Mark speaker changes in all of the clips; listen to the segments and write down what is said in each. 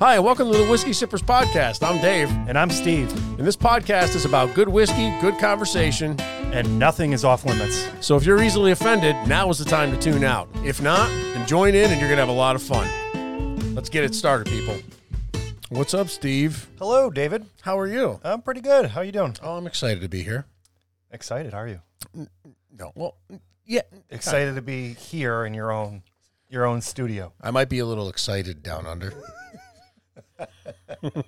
Speaker 1: Hi, and welcome to the Whiskey Sippers Podcast. I'm Dave,
Speaker 2: And I'm Steve,
Speaker 1: and this podcast is about good whiskey, good conversation.
Speaker 2: and nothing is off limits.
Speaker 1: So if you're easily offended, now is the time to tune out. If not, then join in and you're going to have a lot of fun. Let's get it started, people. What's up, Steve?
Speaker 2: Hello, David.
Speaker 1: How are you?
Speaker 2: I'm pretty good. How you doing?
Speaker 1: Oh, I'm excited to be here.
Speaker 2: Excited, are you?
Speaker 1: No, well, yeah,
Speaker 2: Excited to be here in your own your own studio.
Speaker 1: I might be a little excited down under.
Speaker 2: You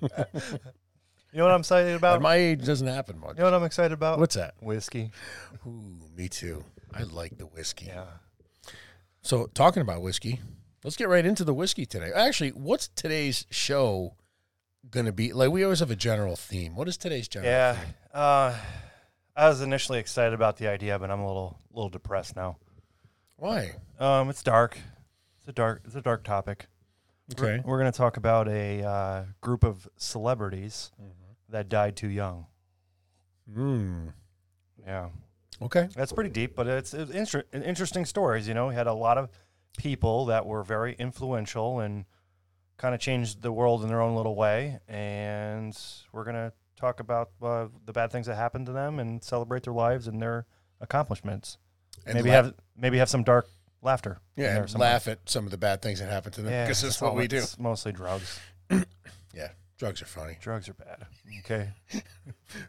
Speaker 2: know what I'm excited
Speaker 1: At
Speaker 2: about?
Speaker 1: my age, it doesn't happen much.
Speaker 2: you know what I'm excited about?
Speaker 1: What's that?
Speaker 2: Whiskey.
Speaker 1: Ooh, me too. I like the whiskey.
Speaker 2: Yeah.
Speaker 1: So, talking about whiskey, let's get right into the whiskey today. Actually, what's today's show going to be? Like, we always have a general theme. What is today's general?
Speaker 2: Yeah. Uh, I was initially excited about the idea, but I'm a little little depressed now.
Speaker 1: Why?
Speaker 2: Um, it's dark. It's a dark it's a dark topic.
Speaker 1: Okay.
Speaker 2: We're gonna talk about a uh, group of celebrities that died too young.
Speaker 1: Mm.
Speaker 2: Yeah.
Speaker 1: Okay.
Speaker 2: That's pretty deep, but it's, it's inter- interesting stories. You know, he had a lot of people that were very influential and kind of changed the world in their own little way. And we're gonna talk about uh, the bad things that happened to them and celebrate their lives and their accomplishments.
Speaker 1: And
Speaker 2: maybe
Speaker 1: la-
Speaker 2: have maybe have some dark laughter. in
Speaker 1: yeah,
Speaker 2: there
Speaker 1: and
Speaker 2: somewhere.
Speaker 1: laugh at some of the bad things that happen to them
Speaker 2: Yeah,
Speaker 1: because that's
Speaker 2: it's
Speaker 1: what
Speaker 2: all-
Speaker 1: we do.
Speaker 2: it's mostly drugs.
Speaker 1: Yeah, drugs are funny.
Speaker 2: Drugs are bad. Okay.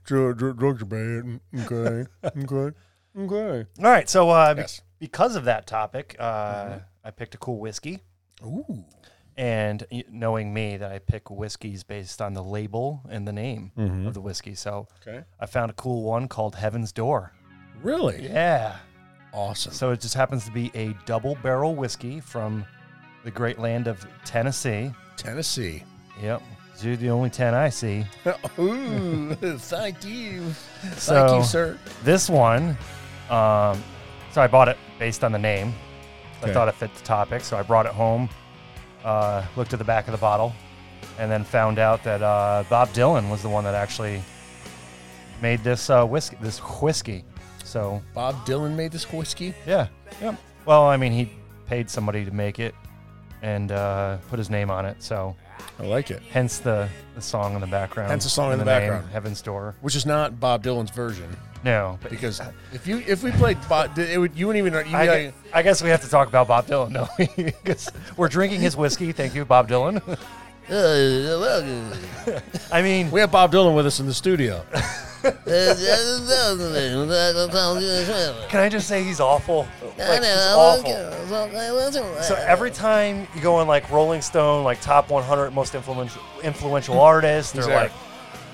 Speaker 1: Dr- dr- drugs are bad. Okay. okay. Okay.
Speaker 2: All right. So uh, be-
Speaker 1: Yes. Mm-hmm.
Speaker 2: because of that topic, uh, I picked a cool whiskey.
Speaker 1: Ooh.
Speaker 2: and y- knowing me that I pick whiskeys based on the label and the name of the whiskey. So
Speaker 1: Okay.
Speaker 2: I found a cool one called Heaven's Door.
Speaker 1: Really?
Speaker 2: Yeah.
Speaker 1: Awesome.
Speaker 2: So it just happens to be a double barrel whiskey from the great land of Tennessee.
Speaker 1: Tennessee.
Speaker 2: Yep. You're the only 10 I see.
Speaker 1: Ooh. thank you. thank
Speaker 2: So-
Speaker 1: you, sir.
Speaker 2: This one, um, so I bought it based on the name.
Speaker 1: Okay.
Speaker 2: I thought it fit the topic, so I brought it home, uh, looked at the back of the bottle, and then found out that uh, Bob Dylan was the one that actually made this uh, whiskey. This whiskey. So
Speaker 1: Bob Dylan made this whiskey.
Speaker 2: yeah, yeah. Well, I mean, he paid somebody to make it and uh, put his name on it. So
Speaker 1: I like it.
Speaker 2: hence the, the song in the background.
Speaker 1: Hence the song
Speaker 2: and
Speaker 1: in the background.
Speaker 2: Heaven's Door.
Speaker 1: Which is not Bob Dylan's version
Speaker 2: No, but
Speaker 1: because if you if we played Bob, it would you wouldn't even. You'd
Speaker 2: I,
Speaker 1: be
Speaker 2: gue-
Speaker 1: like,
Speaker 2: I guess we have to talk about Bob Dylan, though, because we're drinking his whiskey. Thank you, Bob Dylan.
Speaker 1: "Uh,
Speaker 2: I mean,
Speaker 1: we have Bob Dylan with us in the studio.
Speaker 2: can I just say he's awful? Like, he's awful. So every time you go on like Rolling Stone, like top 100 most influential influential artists, or
Speaker 1: He's there.
Speaker 2: like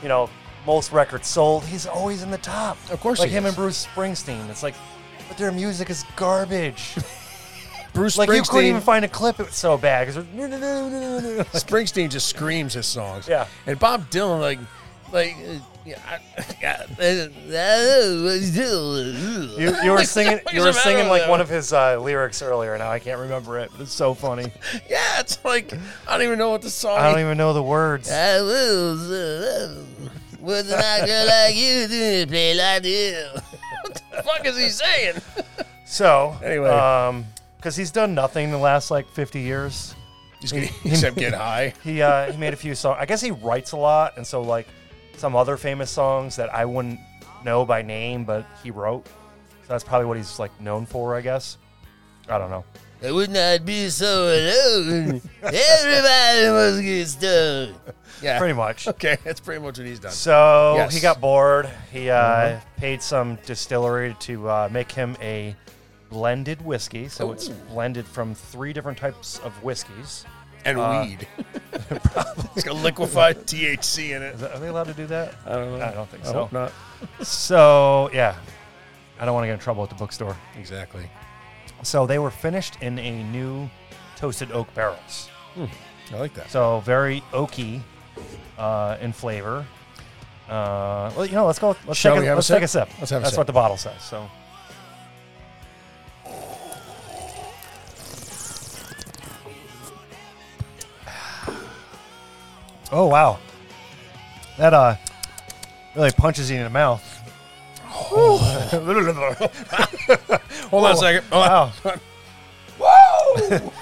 Speaker 2: you know most records sold, he's always in the top.
Speaker 1: Of course
Speaker 2: like
Speaker 1: he
Speaker 2: him
Speaker 1: is.
Speaker 2: and Bruce Springsteen. It's like, but their music is garbage.
Speaker 1: Bruce
Speaker 2: like you couldn't even
Speaker 1: Springsteen,
Speaker 2: find a clip. It was so bad. 'cause it was, "No, no, no, no, no, no."
Speaker 1: Springsteen just screams his songs.
Speaker 2: Yeah.
Speaker 1: and Bob Dylan like like. uh, Yeah, I- yeah, uh,
Speaker 2: You, you were singing
Speaker 1: what
Speaker 2: you
Speaker 1: is
Speaker 2: were
Speaker 1: the matter
Speaker 2: singing
Speaker 1: with
Speaker 2: like
Speaker 1: that?
Speaker 2: one of his uh, lyrics earlier. Now I can't remember it. But it's so funny.
Speaker 1: yeah, it's like I don't even know what the song.
Speaker 2: I don't even know the words.
Speaker 1: I uh, lose. Was not girl like you do play like you. what the fuck is he saying?
Speaker 2: So
Speaker 1: Anyway.
Speaker 2: because he's done nothing the last like 50 years.
Speaker 1: He's gonna, except get high.
Speaker 2: He uh, he made a few songs. I guess he writes a lot, and so like some other famous songs that I wouldn't know by name, but he wrote. So that's probably what he's like known for, I guess. I don't know.
Speaker 1: I would not be so alone. Everybody must get stoned. Yeah.
Speaker 2: Pretty much.
Speaker 1: okay, that's pretty much what he's done.
Speaker 2: So
Speaker 1: Yes. Mm-hmm.
Speaker 2: he got bored. He uh, paid some distillery to uh, make him a blended whiskey. So it's
Speaker 1: Ooh.
Speaker 2: blended from three different types of whiskeys.
Speaker 1: And weed. it's got liquefied THC in it.
Speaker 2: Is that, are they allowed to do that?
Speaker 1: I don't know.
Speaker 2: I don't think so.
Speaker 1: not.
Speaker 2: So yeah, I don't want to get in trouble at the bookstore.
Speaker 1: Exactly.
Speaker 2: So they were finished in a new toasted oak barrels.
Speaker 1: I like that.
Speaker 2: So very oaky uh, in flavor. Uh, well, you know, let's go. Let's,
Speaker 1: Shall
Speaker 2: take,
Speaker 1: we
Speaker 2: a,
Speaker 1: have a
Speaker 2: let's
Speaker 1: sip?
Speaker 2: take a sip.
Speaker 1: Let's have a
Speaker 2: That's
Speaker 1: sip.
Speaker 2: what the bottle says. So Oh wow. That uh really punches you in the mouth.
Speaker 1: Hold on a second.
Speaker 2: Wow.
Speaker 1: Whoa!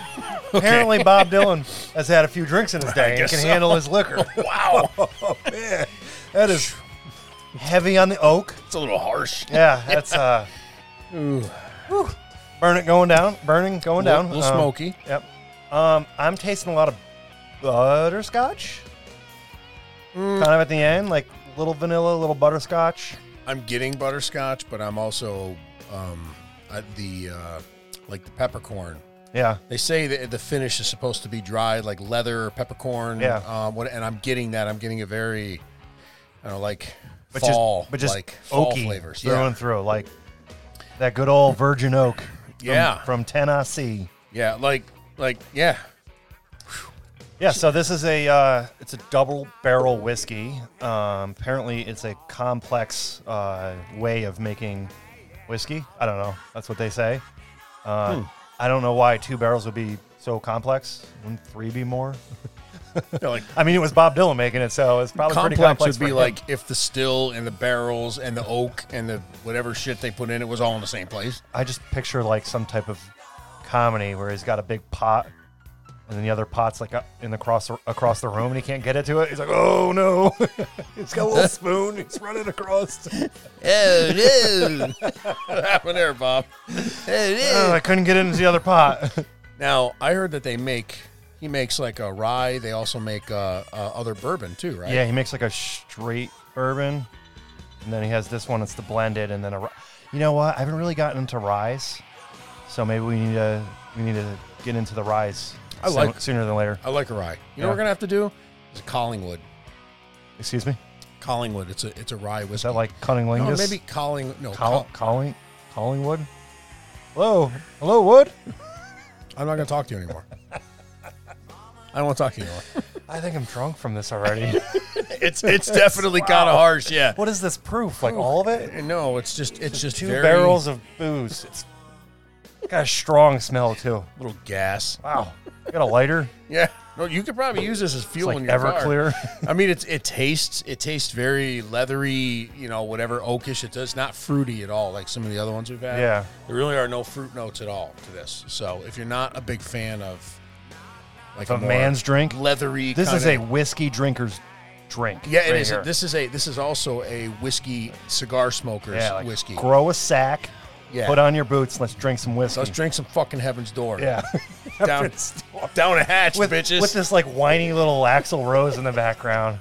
Speaker 2: Apparently Bob Dylan has had a few drinks in his day and
Speaker 1: guess
Speaker 2: can
Speaker 1: so.
Speaker 2: handle his liquor.
Speaker 1: Wow,
Speaker 2: oh man, that is heavy on the oak.
Speaker 1: it's a little harsh.
Speaker 2: Yeah, that's uh, whew. burn it going down, burning going
Speaker 1: Little-
Speaker 2: down,
Speaker 1: little
Speaker 2: Um,
Speaker 1: smoky.
Speaker 2: Yep. Um, I'm tasting a lot of butterscotch,
Speaker 1: Mm.
Speaker 2: kind of at the end, like little vanilla, little butterscotch.
Speaker 1: I'm getting butterscotch, but I'm also um, uh, the uh, like the peppercorn.
Speaker 2: Yeah,
Speaker 1: They say that the finish is supposed to be dried like leather or peppercorn.
Speaker 2: Yeah.
Speaker 1: Um, what, and I'm getting that. I'm getting a very, I don't know, like
Speaker 2: but
Speaker 1: fall,
Speaker 2: just but just
Speaker 1: like fall
Speaker 2: oaky
Speaker 1: flavors.
Speaker 2: through
Speaker 1: Yeah.
Speaker 2: and through, like that good old virgin oak. from-
Speaker 1: Yeah.
Speaker 2: from Tennessee.
Speaker 1: yeah, like like yeah,
Speaker 2: Yeah, so this is a uh, it's a double barrel whiskey. Um, apparently, it's a complex uh, way of making whiskey. I don't know. That's what they say. Uh,
Speaker 1: Hmm.
Speaker 2: I don't know why two barrels would be so complex. Wouldn't three be more?
Speaker 1: No, like
Speaker 2: I mean, it was Bob Dylan making it, so it's probably pretty
Speaker 1: complex
Speaker 2: complex.
Speaker 1: would
Speaker 2: for
Speaker 1: be
Speaker 2: him.
Speaker 1: like if the still and the barrels and the oak and the whatever shit they put in it was all in the same place.
Speaker 2: I just picture like some type of comedy where he's got a big pot, and then the other pot's like up in the cross across the room, and he can't get it to it. He's like, "Oh no!" he's got a little spoon. He's running across.
Speaker 1: Oh no! what happened there, Bob?
Speaker 2: Oh, I couldn't get into the other pot.
Speaker 1: Now I heard that they make he makes like a rye. They also make uh, uh, other bourbon too, right?
Speaker 2: yeah, he makes like a straight bourbon, and then he has this one. It's the blended, and then a. ri- You know what? I haven't really gotten into rye, so maybe we need to we need to get into the rye.
Speaker 1: I like-
Speaker 2: sooner than later.
Speaker 1: I like a rye. You know
Speaker 2: Yeah.
Speaker 1: what we're gonna have to do? It's a Collingwood.
Speaker 2: Excuse me. Is
Speaker 1: Collingwood. It's a it's a rye whiskey.
Speaker 2: that like
Speaker 1: no,
Speaker 2: Cunninglingus?
Speaker 1: maybe Colling. No,
Speaker 2: Col-
Speaker 1: Col-
Speaker 2: Colling Collingwood. Hello, hello, Wood.
Speaker 1: I'm not gonna talk to you anymore. I don't want to talk to you anymore.
Speaker 2: I think I'm drunk from this already.
Speaker 1: It's it's definitely kind of harsh. Yeah.
Speaker 2: what is this proof? Like all of it?
Speaker 1: No, it's just it's just
Speaker 2: Two
Speaker 1: very-
Speaker 2: barrels of booze. It's got a strong smell too.
Speaker 1: little gas.
Speaker 2: Wow. Got a lighter.
Speaker 1: Yeah. No, you could probably use this as
Speaker 2: It's
Speaker 1: fuel
Speaker 2: like
Speaker 1: in your car.
Speaker 2: Everclear.
Speaker 1: I mean, it's it tastes it tastes very leathery, you know, whatever oakish it does. Not fruity at all, like some of the other ones we've had.
Speaker 2: Yeah.
Speaker 1: there really are no fruit notes at all to this. So if you're not a big fan of like
Speaker 2: a
Speaker 1: more
Speaker 2: man's drink.
Speaker 1: leathery,
Speaker 2: This is a
Speaker 1: kinda-
Speaker 2: whiskey drinker's drink.
Speaker 1: yeah, it
Speaker 2: right
Speaker 1: is.
Speaker 2: here.
Speaker 1: This is a this is also a whiskey cigar smokers
Speaker 2: yeah, like
Speaker 1: whiskey.
Speaker 2: Grow a sack.
Speaker 1: Yeah.
Speaker 2: Put on your boots. Let's drink some whiskey.
Speaker 1: Let's drink some fucking Heaven's Door.
Speaker 2: Yeah.
Speaker 1: down down a hatch,
Speaker 2: with,
Speaker 1: bitches.
Speaker 2: with this like whiny little Axl Rose in the background.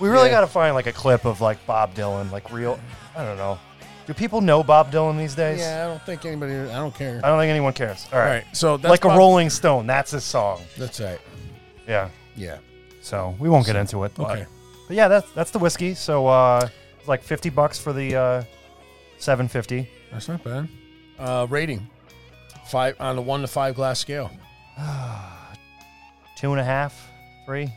Speaker 2: We really
Speaker 1: Yeah.
Speaker 2: got to find like a clip of like Bob Dylan, like real. I don't know. Do people know Bob Dylan these days?
Speaker 1: yeah, I don't think anybody. I don't care.
Speaker 2: I don't think anyone cares. All
Speaker 1: all
Speaker 2: right.
Speaker 1: right, so that's
Speaker 2: like a
Speaker 1: Bob-
Speaker 2: Rolling Stone. That's his song.
Speaker 1: That's right.
Speaker 2: Yeah.
Speaker 1: Yeah.
Speaker 2: So we won't get into it. But,
Speaker 1: Okay.
Speaker 2: but yeah, that's that's the whiskey. So uh, it's like fifty bucks for the uh, seven fifty.
Speaker 1: That's not bad. Uh, rating five on the one to five glass scale.
Speaker 2: Two and a half, three.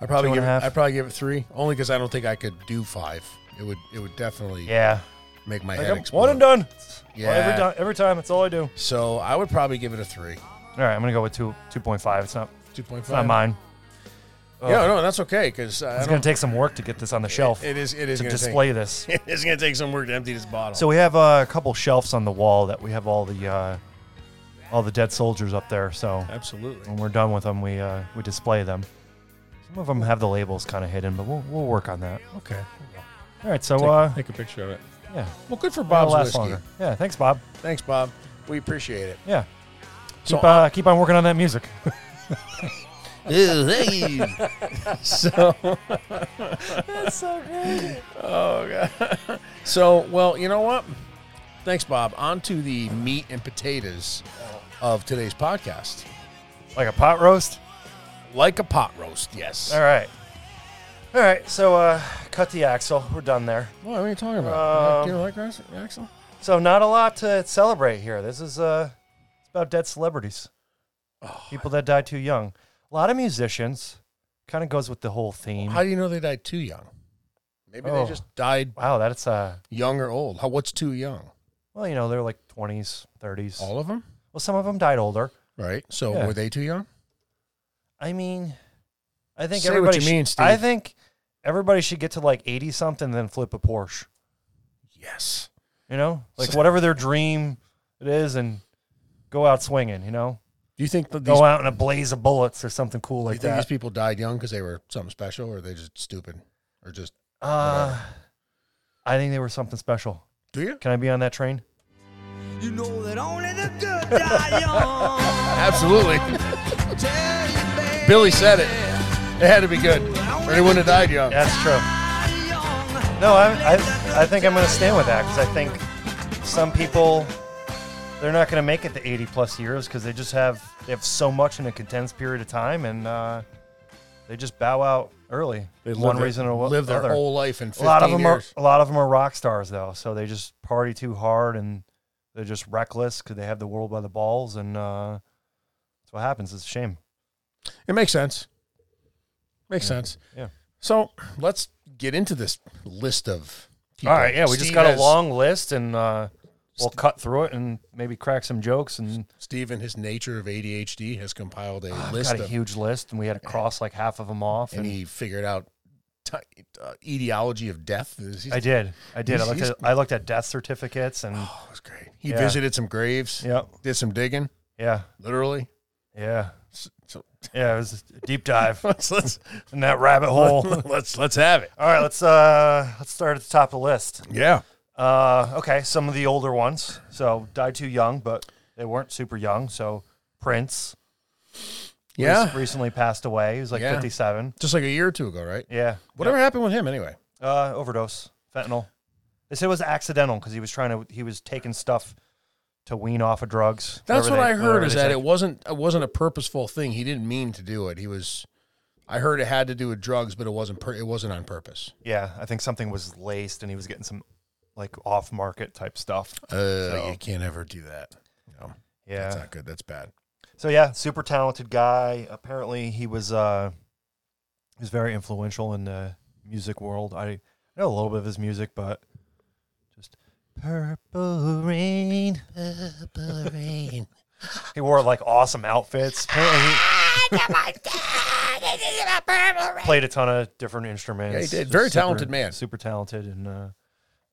Speaker 1: I probably
Speaker 2: Two and
Speaker 1: give
Speaker 2: a
Speaker 1: it,
Speaker 2: half.
Speaker 1: I probably give it three, only because I don't think I could do five. It would it would definitely
Speaker 2: Yeah.
Speaker 1: make my
Speaker 2: Like,
Speaker 1: head
Speaker 2: I'm
Speaker 1: explode.
Speaker 2: one and done.
Speaker 1: Yeah.
Speaker 2: Every time, every time, it's all I do.
Speaker 1: So I would probably give it a three,
Speaker 2: All right, I'm gonna go with two, two point five. It's not,
Speaker 1: two point
Speaker 2: it's not
Speaker 1: five.
Speaker 2: mine.
Speaker 1: Yeah, no, that's okay because
Speaker 2: It's gonna take some work to get this on the shelf
Speaker 1: it is it is
Speaker 2: to
Speaker 1: gonna
Speaker 2: display this.
Speaker 1: Take, it's gonna take some work to empty this bottle.
Speaker 2: So we have uh, a couple shelves on the wall that we have all the uh, all the dead soldiers up there. So
Speaker 1: absolutely,
Speaker 2: when we're done with them, we uh, we display them. Some of them have the labels kind of hidden, but we'll we'll work on that.
Speaker 1: okay.
Speaker 2: All right, so uh,
Speaker 3: Take a picture of it.
Speaker 2: yeah,
Speaker 1: Well, good for
Speaker 2: that'll
Speaker 1: Bob's
Speaker 2: last
Speaker 1: whiskey.
Speaker 2: longer. Yeah, thanks, Bob.
Speaker 1: Thanks, Bob. We appreciate it.
Speaker 2: Yeah,
Speaker 1: So
Speaker 2: keep uh, keep on working on that music.
Speaker 1: Oh, so Oh god. So well, you know what? Thanks, Bob. On to the meat and potatoes of today's podcast.
Speaker 2: like a pot roast.
Speaker 1: Like a pot roast, yes.
Speaker 2: All right, all right. So uh, cut the axle. We're done there.
Speaker 1: What are you talking
Speaker 2: about? Um, You
Speaker 1: like Axel?
Speaker 2: So not a lot to celebrate here. This is uh, it's about dead celebrities,
Speaker 1: Oh,
Speaker 2: people that died too young. A lot of musicians. Kind of goes with the whole theme.
Speaker 1: How do you know they died too young? Maybe
Speaker 2: Oh.
Speaker 1: they just died
Speaker 2: wow, that's uh,
Speaker 1: young or old. How, what's too young?
Speaker 2: well, you know, they're like twenties, thirties.
Speaker 1: All of them,
Speaker 2: Well, some of them died older.
Speaker 1: right? So
Speaker 2: Yeah.
Speaker 1: were they too young?
Speaker 2: I mean, I think
Speaker 1: Say what
Speaker 2: everybody.
Speaker 1: you
Speaker 2: sh-
Speaker 1: mean, Steve.
Speaker 2: I think everybody should get to like eighty something, then flip a Porsche.
Speaker 1: Yes.
Speaker 2: You know, like whatever their dream it is, and go out swinging. You know,
Speaker 1: Do you think that these,
Speaker 2: Go out in a blaze of bullets or something
Speaker 1: do
Speaker 2: cool
Speaker 1: you
Speaker 2: like
Speaker 1: think these
Speaker 2: that.
Speaker 1: people died young because they were something special, or they just stupid, or just
Speaker 2: Uh, I think they were something special.
Speaker 1: do you?
Speaker 2: Can I be on that train?
Speaker 3: You know that only the good die young.
Speaker 1: Absolutely.
Speaker 3: Tell you, baby,
Speaker 1: Billy said it. It had to be good, or they wouldn't have died young.
Speaker 2: That's true.
Speaker 3: die young.
Speaker 2: No, I, I, I think I'm going to stand with that because I think some people they're not going to make it to 80 plus years because they just have they have so much in a condensed period of time and uh, they just bow out early.
Speaker 1: They
Speaker 2: one
Speaker 1: live
Speaker 2: reason
Speaker 1: their,
Speaker 2: or wha-
Speaker 1: live their
Speaker 2: other.
Speaker 1: whole life in
Speaker 2: a
Speaker 1: fifteen
Speaker 2: lot of them
Speaker 1: years.
Speaker 2: are a lot of them are rock stars though, so they just party too hard and they're just reckless because they have the world by the balls and uh, that's what happens. It's a shame.
Speaker 1: It makes sense. Makes sense.
Speaker 2: Yeah.
Speaker 1: So let's get into this list of. People.
Speaker 2: All right, yeah, we just
Speaker 1: Steve
Speaker 2: got
Speaker 1: has-
Speaker 2: a long list and uh, we'll cut through it and maybe crack some jokes and.
Speaker 1: Steve and his nature of ADHD has compiled a list
Speaker 2: Ah, got a
Speaker 1: of,
Speaker 2: huge list, and we had to cross like half of them off.
Speaker 1: and
Speaker 2: And
Speaker 1: he figured out t- uh, etiology of death. He's-
Speaker 2: I did, I did. I
Speaker 1: He's-
Speaker 2: looked at I looked at death certificates, and
Speaker 1: Oh, it was great. He
Speaker 2: Yeah.
Speaker 1: visited some graves,
Speaker 2: yeah,
Speaker 1: did some digging,
Speaker 2: yeah,
Speaker 1: literally.
Speaker 2: yeah,
Speaker 1: S- So
Speaker 2: yeah. It was a deep dive
Speaker 1: let's let's
Speaker 2: in that rabbit hole. All
Speaker 1: let's let's have it.
Speaker 2: right, let's uh let's start at the top of the list.
Speaker 1: Yeah.
Speaker 2: Uh, okay, some of the older ones. So died too young, but they weren't super young. So Prince, rec-
Speaker 1: Yeah.
Speaker 2: recently passed away. He was like
Speaker 1: Yeah.
Speaker 2: fifty-seven.
Speaker 1: Just like a year or two ago, right?
Speaker 2: Yeah,
Speaker 1: Whatever happened with him anyway?
Speaker 2: Uh, overdose, fentanyl. They said it was accidental because he was trying to he was taking stuff to wean off of drugs.
Speaker 1: That's
Speaker 2: whatever
Speaker 1: what
Speaker 2: they-
Speaker 1: I heard
Speaker 2: whatever
Speaker 1: is
Speaker 2: they
Speaker 1: that
Speaker 2: said.
Speaker 1: it wasn't it wasn't a purposeful thing. He didn't mean to do it. He was I heard it had to do with drugs, but it wasn't per, it wasn't on purpose.
Speaker 2: yeah, I think something was laced and he was getting some like off market type stuff.
Speaker 1: Uh, you can't ever do that. No. That's
Speaker 2: Yeah.
Speaker 1: not good. That's bad.
Speaker 2: So yeah, super talented guy. Apparently he was uh he was very influential in the music world. I know a little bit of his music, but just purple rain. He wore like awesome outfits. Apparently he played a ton of different instruments.
Speaker 1: Yeah, he did.
Speaker 2: Just
Speaker 1: Very
Speaker 2: super-
Speaker 1: talented man.
Speaker 2: Super talented and uh,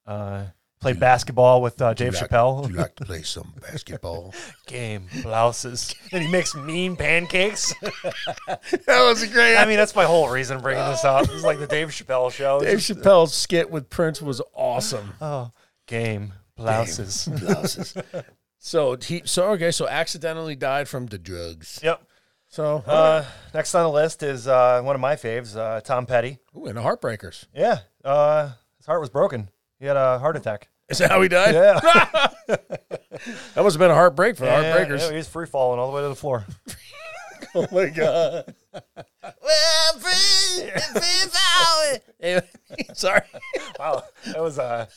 Speaker 2: uh, played basketball with uh, Dave
Speaker 1: Do you like-
Speaker 2: Chappelle.
Speaker 1: do you like to play some basketball?
Speaker 2: Game blouses. and he makes mean pancakes.
Speaker 1: that was a great.
Speaker 2: I mean, that's my whole reason bringing this up. It's like the Dave Chappelle show.
Speaker 1: Dave
Speaker 2: Just,
Speaker 1: Chappelle's skit with Prince was awesome.
Speaker 2: oh, game blouses.
Speaker 1: Blouses. so he so okay so accidentally died from the drugs.
Speaker 2: Yep.
Speaker 1: So
Speaker 2: Uh, next on the list is uh, one of my faves, uh, Tom Petty.
Speaker 1: ooh, and the heartbreakers.
Speaker 2: Yeah. Uh, his heart was broken. He had a heart attack.
Speaker 1: Is that how he died?
Speaker 2: Yeah.
Speaker 1: That must have been a heartbreak for the heartbreakers.
Speaker 2: Yeah, he was free falling all the way to the floor.
Speaker 1: Oh my god. Sorry.
Speaker 2: Wow. That was uh,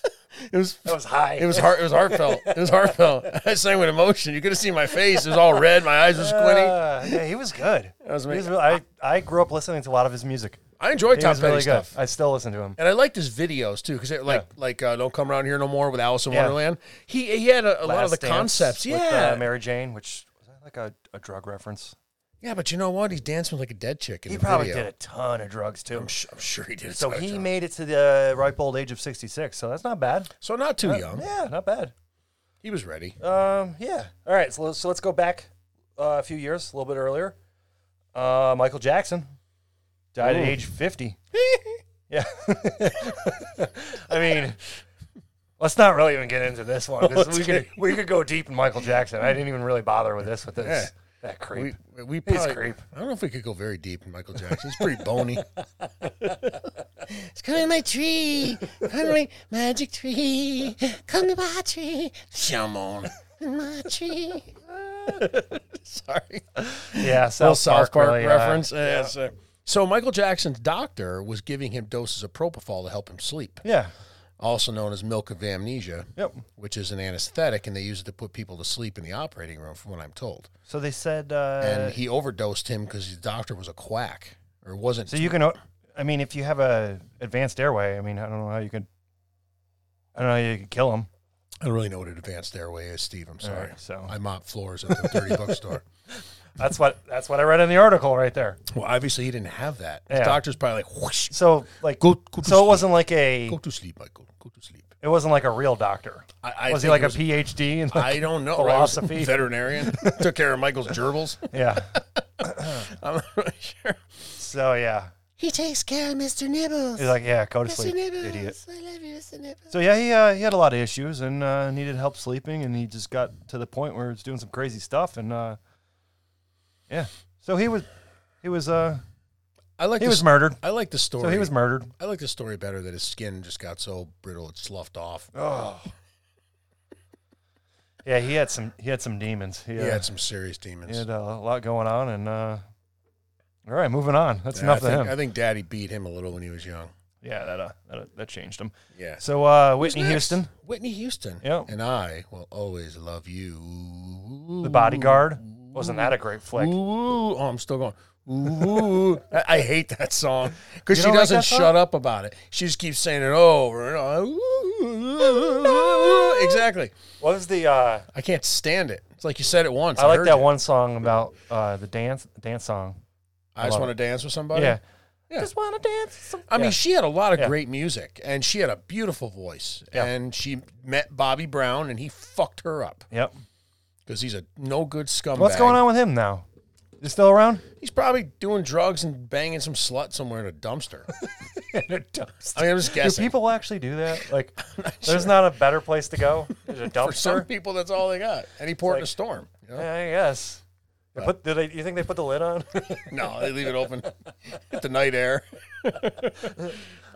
Speaker 1: It was
Speaker 2: that was high.
Speaker 1: it was heart it was heartfelt. It was heartfelt. I sang with emotion. You could have seen my face. It was all red. My eyes were squinty.
Speaker 2: Uh, yeah, he was good.
Speaker 1: was
Speaker 2: He was
Speaker 1: amazing.
Speaker 2: really- I, I grew up listening to a lot of his music.
Speaker 1: I enjoyed
Speaker 2: He
Speaker 1: Tom
Speaker 2: was
Speaker 1: Petty
Speaker 2: really good.
Speaker 1: stuff.
Speaker 2: I still listen to him.
Speaker 1: And I liked his videos too, because like like uh, "Don't Come Around Here No More" with Alice in
Speaker 2: Yeah.
Speaker 1: Wonderland. He he had a, a lot of
Speaker 2: Last
Speaker 1: the
Speaker 2: Dance
Speaker 1: concepts.
Speaker 2: with,
Speaker 1: Yeah,
Speaker 2: uh, Mary Jane, which was that like a, a drug reference.
Speaker 1: yeah, but you know what? He's dancing with like a dead chick. In
Speaker 2: He
Speaker 1: the
Speaker 2: probably
Speaker 1: video.
Speaker 2: did a ton of drugs too.
Speaker 1: I'm, sh- I'm sure he did.
Speaker 2: so
Speaker 1: Sorry,
Speaker 2: he
Speaker 1: John.
Speaker 2: made it to the uh, ripe old age of 66. So that's not bad.
Speaker 1: so not too young.
Speaker 2: Uh, Yeah, not bad.
Speaker 1: He was ready.
Speaker 2: Um, yeah. All right. So, let's- so let's go back uh, a few years, a little bit earlier. Uh, Michael Jackson died at
Speaker 1: Ooh.
Speaker 2: age 50. yeah. I mean, let's not really even get into this one because we could, we could go deep in Michael Jackson. I didn't even really bother with this, with this.
Speaker 1: Yeah.
Speaker 2: That
Speaker 1: We
Speaker 2: creep.
Speaker 1: we probably,
Speaker 2: creep.
Speaker 1: I don't know if we could go very deep in Michael Jackson. He's pretty bony.
Speaker 4: It's coming to my tree. Come to my magic tree. Come to my tree.
Speaker 1: Come on.
Speaker 4: My tree.
Speaker 1: Ah. Sorry.
Speaker 2: yeah.
Speaker 1: Little
Speaker 2: South, Park, really, uh,
Speaker 1: reference. Yeah, so- so Michael Jackson's doctor was giving him doses of propofol to help him sleep,
Speaker 2: yeah.
Speaker 1: also known as milk of amnesia.
Speaker 2: Yep.
Speaker 1: which is an anesthetic, and they use it to put people to sleep in the operating room, from what I'm told.
Speaker 2: So they said. Uh,
Speaker 1: And he overdosed him because the doctor was a quack or wasn't.
Speaker 2: so you can. o- I mean, if you have a advanced airway, I mean, I don't know how you could. I don't know how you could kill him.
Speaker 1: I don't really know what an advanced airway is, Steve. I'm sorry.
Speaker 2: right, so-
Speaker 1: I mop floors at the dirty bookstore.
Speaker 2: That's what that's what I read in the article right there.
Speaker 1: Well, obviously he didn't have that. The
Speaker 2: Yeah.
Speaker 1: doctor's probably like, whoosh,
Speaker 2: So like
Speaker 1: Go- go to
Speaker 2: so it
Speaker 1: sleep.
Speaker 2: wasn't like a
Speaker 1: go to sleep, Michael. Go to sleep.
Speaker 2: It wasn't like a real doctor.
Speaker 1: I, I
Speaker 2: was he
Speaker 1: think it
Speaker 2: like a PhD? In like,
Speaker 1: I don't know. I
Speaker 2: philosophy?
Speaker 1: was a veterinarian took care of Michael's gerbils.
Speaker 2: yeah.
Speaker 1: I'm not really sure.
Speaker 2: So yeah,
Speaker 4: He takes care of Mr. Nibbles.
Speaker 2: he's like, yeah, go to
Speaker 4: Mr.
Speaker 2: sleep,
Speaker 4: Nibbles.
Speaker 2: idiot.
Speaker 4: I love you, Mr. Nibbles.
Speaker 2: So yeah, he uh, he had a lot of issues and uh, needed help sleeping, and he just got to the point where he was doing some crazy stuff, and uh, yeah. So he was he was uh
Speaker 1: I like
Speaker 2: he
Speaker 1: the
Speaker 2: was
Speaker 1: s-
Speaker 2: murdered.
Speaker 1: I like the story.
Speaker 2: So he was murdered.
Speaker 1: I like the story better that his skin just got so brittle it sloughed off.
Speaker 2: Oh. Yeah, he had some he had some demons. He, uh,
Speaker 1: He had some serious demons.
Speaker 2: he had uh, a lot going on, and uh, all right, moving on. That's
Speaker 1: Yeah,
Speaker 2: enough
Speaker 1: I
Speaker 2: of
Speaker 1: think,
Speaker 2: him.
Speaker 1: I think Daddy beat him a little when he was young.
Speaker 2: yeah, that, uh, that uh, that changed him.
Speaker 1: Yeah.
Speaker 2: So uh, Whitney
Speaker 1: Who's next?
Speaker 2: Houston,
Speaker 1: Whitney Houston.
Speaker 2: Yep.
Speaker 1: And I will always love you.
Speaker 2: The Bodyguard, wasn't that a great flick?
Speaker 1: Ooh, ooh, ooh. Oh, I'm still going. Ooh, ooh. I, I hate that song because
Speaker 2: You
Speaker 1: she
Speaker 2: don't like
Speaker 1: doesn't
Speaker 2: that song?
Speaker 1: shut up about it. She just keeps saying it over and over. Ooh, ooh, ooh, ooh. Exactly.
Speaker 2: What was the? Uh,
Speaker 1: I can't stand it. It's like you said it once.
Speaker 2: I like
Speaker 1: heard
Speaker 2: that
Speaker 1: you.
Speaker 2: one song about uh, the dance dance song.
Speaker 1: I just
Speaker 2: love
Speaker 1: want to dance with somebody.
Speaker 2: Yeah.
Speaker 1: Yeah.
Speaker 2: Just wanna dance. Some-
Speaker 1: I
Speaker 2: Yeah.
Speaker 1: mean, she had a lot of
Speaker 2: Yeah.
Speaker 1: great music, and she had a beautiful voice.
Speaker 2: Yeah.
Speaker 1: And she met Bobby Brown, and he fucked her up
Speaker 2: Yep.
Speaker 1: because he's a no good scumbag.
Speaker 2: What's going on with him now? Is he still around?
Speaker 1: He's probably doing drugs and banging some slut somewhere in a dumpster. I mean, I'm just
Speaker 2: Do
Speaker 1: guessing.
Speaker 2: people actually do that? Like, there's not a better place to go. There's a
Speaker 1: For some
Speaker 2: dumpster.
Speaker 1: people, that's all they got. Any port in a
Speaker 2: like-
Speaker 1: storm. you know?
Speaker 2: Yeah, I guess.
Speaker 1: Uh,
Speaker 2: They put, did they, you think they put the lid on?
Speaker 1: No, they leave it open. Get the night air.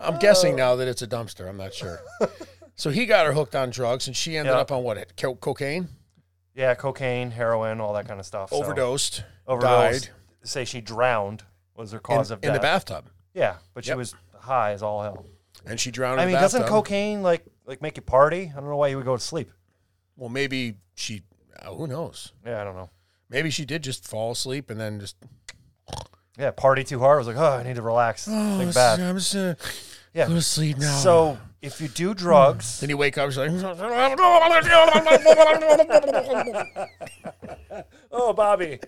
Speaker 1: I'm guessing now that it's a dumpster. I'm not sure. So he got her hooked on drugs, and she ended
Speaker 2: Yeah.
Speaker 1: up on what? Co- cocaine?
Speaker 2: yeah, cocaine, heroin, all that kind of stuff. so-
Speaker 1: Overdosed.
Speaker 2: Overdosed.
Speaker 1: Died.
Speaker 2: Say she drowned was her
Speaker 1: In,
Speaker 2: cause of death.
Speaker 1: in the bathtub.
Speaker 2: Yeah, but she
Speaker 1: Yep.
Speaker 2: was high as all hell.
Speaker 1: And she drowned
Speaker 2: I
Speaker 1: in
Speaker 2: mean,
Speaker 1: the bathtub.
Speaker 2: doesn't cocaine like like make you party? I don't know why you would go to sleep.
Speaker 1: Well, maybe she, uh, who knows?
Speaker 2: Yeah, I don't know.
Speaker 1: Maybe she did just fall asleep and then just.
Speaker 2: Yeah, party too hard. I was like, oh, I need to relax. Think back.
Speaker 1: "Oh, I'm just going
Speaker 2: Yeah.
Speaker 1: to sleep now.
Speaker 2: So if you do drugs,
Speaker 1: Then you wake up, she's like,
Speaker 2: oh, Bobby,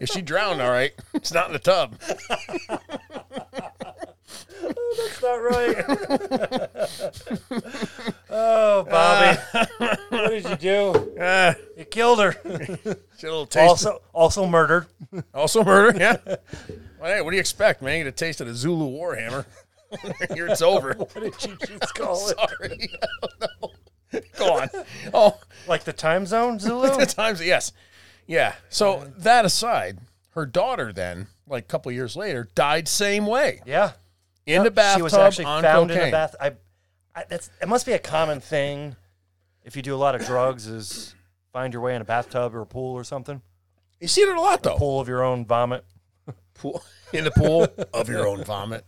Speaker 1: If she drowned, all right. It's not in the tub.
Speaker 2: that's not right. oh, Bobby, what did you do?
Speaker 1: Ah,
Speaker 2: You killed her.
Speaker 1: she had a little taste. Also,
Speaker 2: Also, also murdered.
Speaker 1: murder. Yeah. Well, hey, what do you expect, man? You get a taste of the Zulu Warhammer. Here it's over.
Speaker 2: What did you just call it?
Speaker 1: Sorry, I don't know. Go on. Oh,
Speaker 2: Like the time zone, Zulu?
Speaker 1: the times. Yes. Yeah. So that aside, her daughter then, like a couple years later, died same way
Speaker 2: yeah.
Speaker 1: in the bathtub
Speaker 2: Uh, she was actually
Speaker 1: on
Speaker 2: found
Speaker 1: cocaine.
Speaker 2: in a bath. I, I, that's it. Must be a common thing. If you do a lot of drugs, is find your way in a bathtub or a pool or something.
Speaker 1: You see it a lot though.
Speaker 2: Pool of your own vomit.
Speaker 1: Pool. In the pool of your own vomit.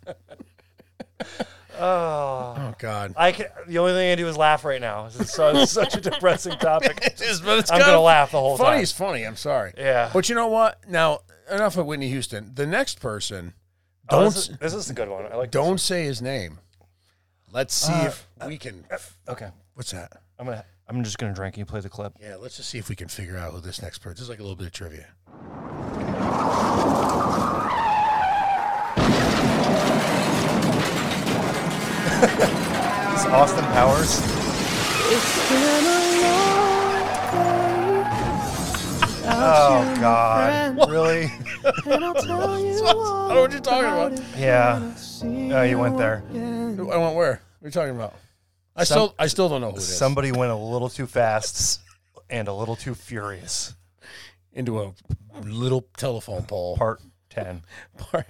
Speaker 2: Oh,
Speaker 1: Oh God.
Speaker 2: I can, the only thing I do is laugh right now. It's, so, it's such a depressing topic.
Speaker 1: It is, but it's
Speaker 2: I'm
Speaker 1: kinda
Speaker 2: gonna laugh the whole
Speaker 1: funny
Speaker 2: time.
Speaker 1: is funny. I'm sorry.
Speaker 2: Yeah.
Speaker 1: But you know what? Now enough of Whitney Houston. The next person,
Speaker 2: Oh,
Speaker 1: don't
Speaker 2: this, is, this is a good one. I like.
Speaker 1: don't say his name. Let's see
Speaker 2: Uh,
Speaker 1: if we can.
Speaker 2: Okay,
Speaker 1: What's that?
Speaker 2: I'm gonna. I'm just gonna drink. You play the clip.
Speaker 1: Yeah, let's just see if we can figure out who this next person. This is like a little bit of trivia.
Speaker 2: It's Austin Powers. Oh God! Really?
Speaker 1: I don't know Oh, what you're talking about.
Speaker 2: Yeah. Oh, you went there.
Speaker 1: I went where? What are you talking about? I
Speaker 2: Some-
Speaker 1: still I still don't know who it is.
Speaker 2: Somebody went a little too fast and a little too furious.
Speaker 1: Into a little telephone pole.
Speaker 2: Part ten.
Speaker 1: Part.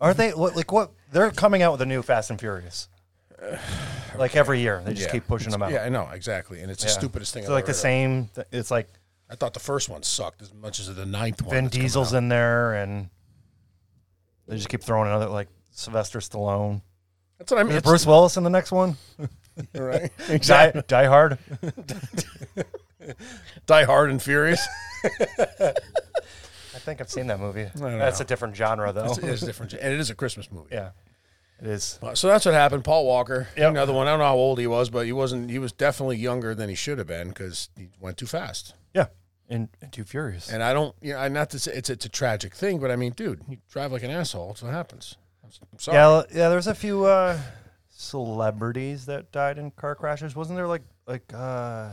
Speaker 2: Aren't they what- like what? They're coming out with a new Fast and Furious. Like every year, they just
Speaker 1: Yeah.
Speaker 2: keep pushing them out.
Speaker 1: Yeah, I know exactly, and it's the
Speaker 2: Yeah.
Speaker 1: stupidest thing.
Speaker 2: So
Speaker 1: I've
Speaker 2: like the
Speaker 1: ever heard of.
Speaker 2: same. Th- it's like
Speaker 1: I thought the first one sucked as much as the ninth one.
Speaker 2: Vin
Speaker 1: that's coming
Speaker 2: Diesel's
Speaker 1: out.
Speaker 2: in there, and they just keep throwing another like Sylvester Stallone.
Speaker 1: That's what I mean.
Speaker 2: Is
Speaker 1: It's-
Speaker 2: Bruce Willis in the next one?
Speaker 1: right?
Speaker 2: Die,
Speaker 1: Exactly.
Speaker 2: Die Hard.
Speaker 1: Die Hard and Furious.
Speaker 2: I think I've seen that movie.
Speaker 1: don't
Speaker 2: That's
Speaker 1: know.
Speaker 2: a different genre, though.
Speaker 1: It's, it is different, and it is a Christmas movie.
Speaker 2: yeah, it is.
Speaker 1: Uh, So that's what happened. Paul Walker,
Speaker 2: Yep.
Speaker 1: another one. I don't know how old he was, but he wasn't. He was definitely younger than he should have been because he went too fast.
Speaker 2: Yeah, and, and too furious.
Speaker 1: And I don't, you know, I not to say it's it's a tragic thing, but I mean, dude, you drive like an asshole. That's what happens. I'm s- I'm sorry.
Speaker 2: yeah, l- yeah. There's a few uh, celebrities that died in car crashes. Wasn't there like like uh,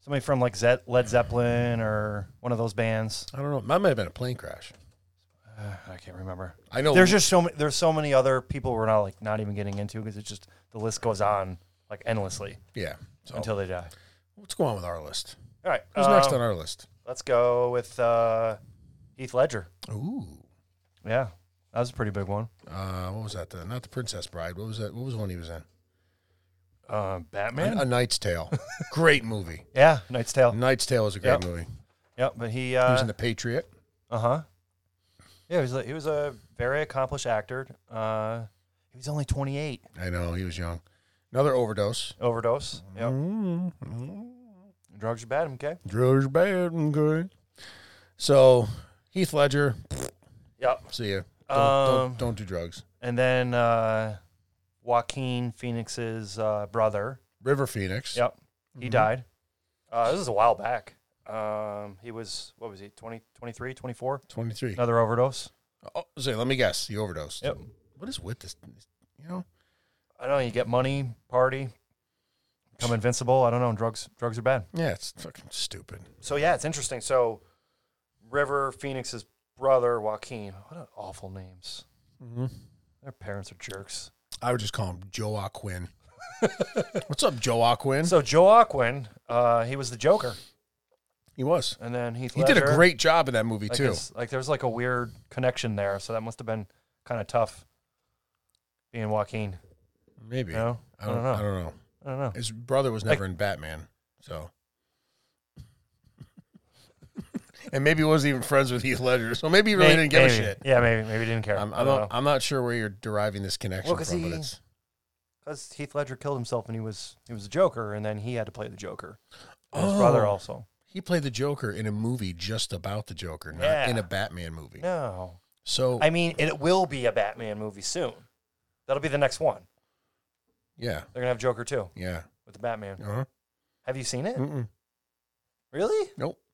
Speaker 2: somebody from like Ze- Led Zeppelin or one of those bands?
Speaker 1: I don't know. Mine might have been a plane crash.
Speaker 2: Uh, I can't remember.
Speaker 1: I know.
Speaker 2: There's just so many. There's so many other people we're not like not even getting into because it's just the list goes on like endlessly
Speaker 1: yeah. So
Speaker 2: until they die.
Speaker 1: let's go on with our list.
Speaker 2: All right,
Speaker 1: Who's next
Speaker 2: um,
Speaker 1: on our list?
Speaker 2: Let's go with uh, Heath Ledger.
Speaker 1: Ooh.
Speaker 2: Yeah, that was a pretty big one.
Speaker 1: Uh, what was that? The, not the Princess Bride. What was that? What was the one he was in?
Speaker 2: Uh, Batman.
Speaker 1: A, a Knight's Tale. great movie.
Speaker 2: yeah, Knight's Tale.
Speaker 1: A Knight's Tale is a great
Speaker 2: Yep.
Speaker 1: movie.
Speaker 2: Yep, but he
Speaker 1: He
Speaker 2: uh,
Speaker 1: was in The Patriot.
Speaker 2: Uh huh. Yeah, he was a, he was a very accomplished actor. Uh, he was only 28.
Speaker 1: I know he was young. Another overdose.
Speaker 2: Overdose. Yep.
Speaker 1: Mm-hmm.
Speaker 2: Drugs are bad. Okay.
Speaker 1: Drugs bad and good. So Heath Ledger.
Speaker 2: Yep.
Speaker 1: See ya. Don't,
Speaker 2: Um,
Speaker 1: don't, don't do drugs.
Speaker 2: And then uh, Joaquin Phoenix's uh, brother.
Speaker 1: River Phoenix.
Speaker 2: Yep. Mm-hmm. He died. Uh, this is a while back. Um, he was what was he? 20, 23, 24?
Speaker 1: 23.
Speaker 2: Another overdose.
Speaker 1: Oh, so let me guess. He overdosed.
Speaker 2: Yep.
Speaker 1: What is with this? You know,
Speaker 2: I don't know. You get money, party, become invincible. I don't know. Drugs drugs are bad.
Speaker 1: yeah, it's fucking stupid.
Speaker 2: so yeah, it's interesting. So River Phoenix's brother Joaquin. What an awful names.
Speaker 1: Mm-hmm.
Speaker 2: Their parents are jerks.
Speaker 1: I would just call him Joe Quinn. What's up, Joe Quinn?
Speaker 2: So Joaquin, uh, he was the Joker,
Speaker 1: he was.
Speaker 2: and then Heath
Speaker 1: He did a
Speaker 2: Ledger,
Speaker 1: great job in that movie
Speaker 2: like,
Speaker 1: too.
Speaker 2: it's- Like there's like a weird connection there, so that must have been kind of tough being Joaquin.
Speaker 1: Maybe.
Speaker 2: You know,
Speaker 1: I don't. I don't know.
Speaker 2: I don't know.
Speaker 1: His brother was never in Batman, so. and maybe he wasn't even friends with Heath Ledger, so maybe he really
Speaker 2: May-
Speaker 1: didn't give
Speaker 2: maybe.
Speaker 1: a shit.
Speaker 2: Yeah, maybe maybe he didn't care.
Speaker 1: I'm,
Speaker 2: I
Speaker 1: I'm,
Speaker 2: don't
Speaker 1: not, I'm not sure where you're deriving this connection
Speaker 2: Well, 'cause
Speaker 1: from, but
Speaker 2: he-
Speaker 1: it's
Speaker 2: because Heath Ledger killed himself, and he was he was a Joker, and then he had to play the Joker. And His brother
Speaker 1: Oh.
Speaker 2: also.
Speaker 1: he played the Joker in a movie just about the Joker, not
Speaker 2: Yeah.
Speaker 1: in a Batman movie.
Speaker 2: No,
Speaker 1: So
Speaker 2: I mean, it will be a Batman movie soon. That'll be the next one.
Speaker 1: yeah,
Speaker 2: They're gonna have Joker too
Speaker 1: yeah.
Speaker 2: with the Batman.
Speaker 1: Uh-huh.
Speaker 2: Have you seen it?
Speaker 1: Mm-mm.
Speaker 2: Really?
Speaker 1: Nope.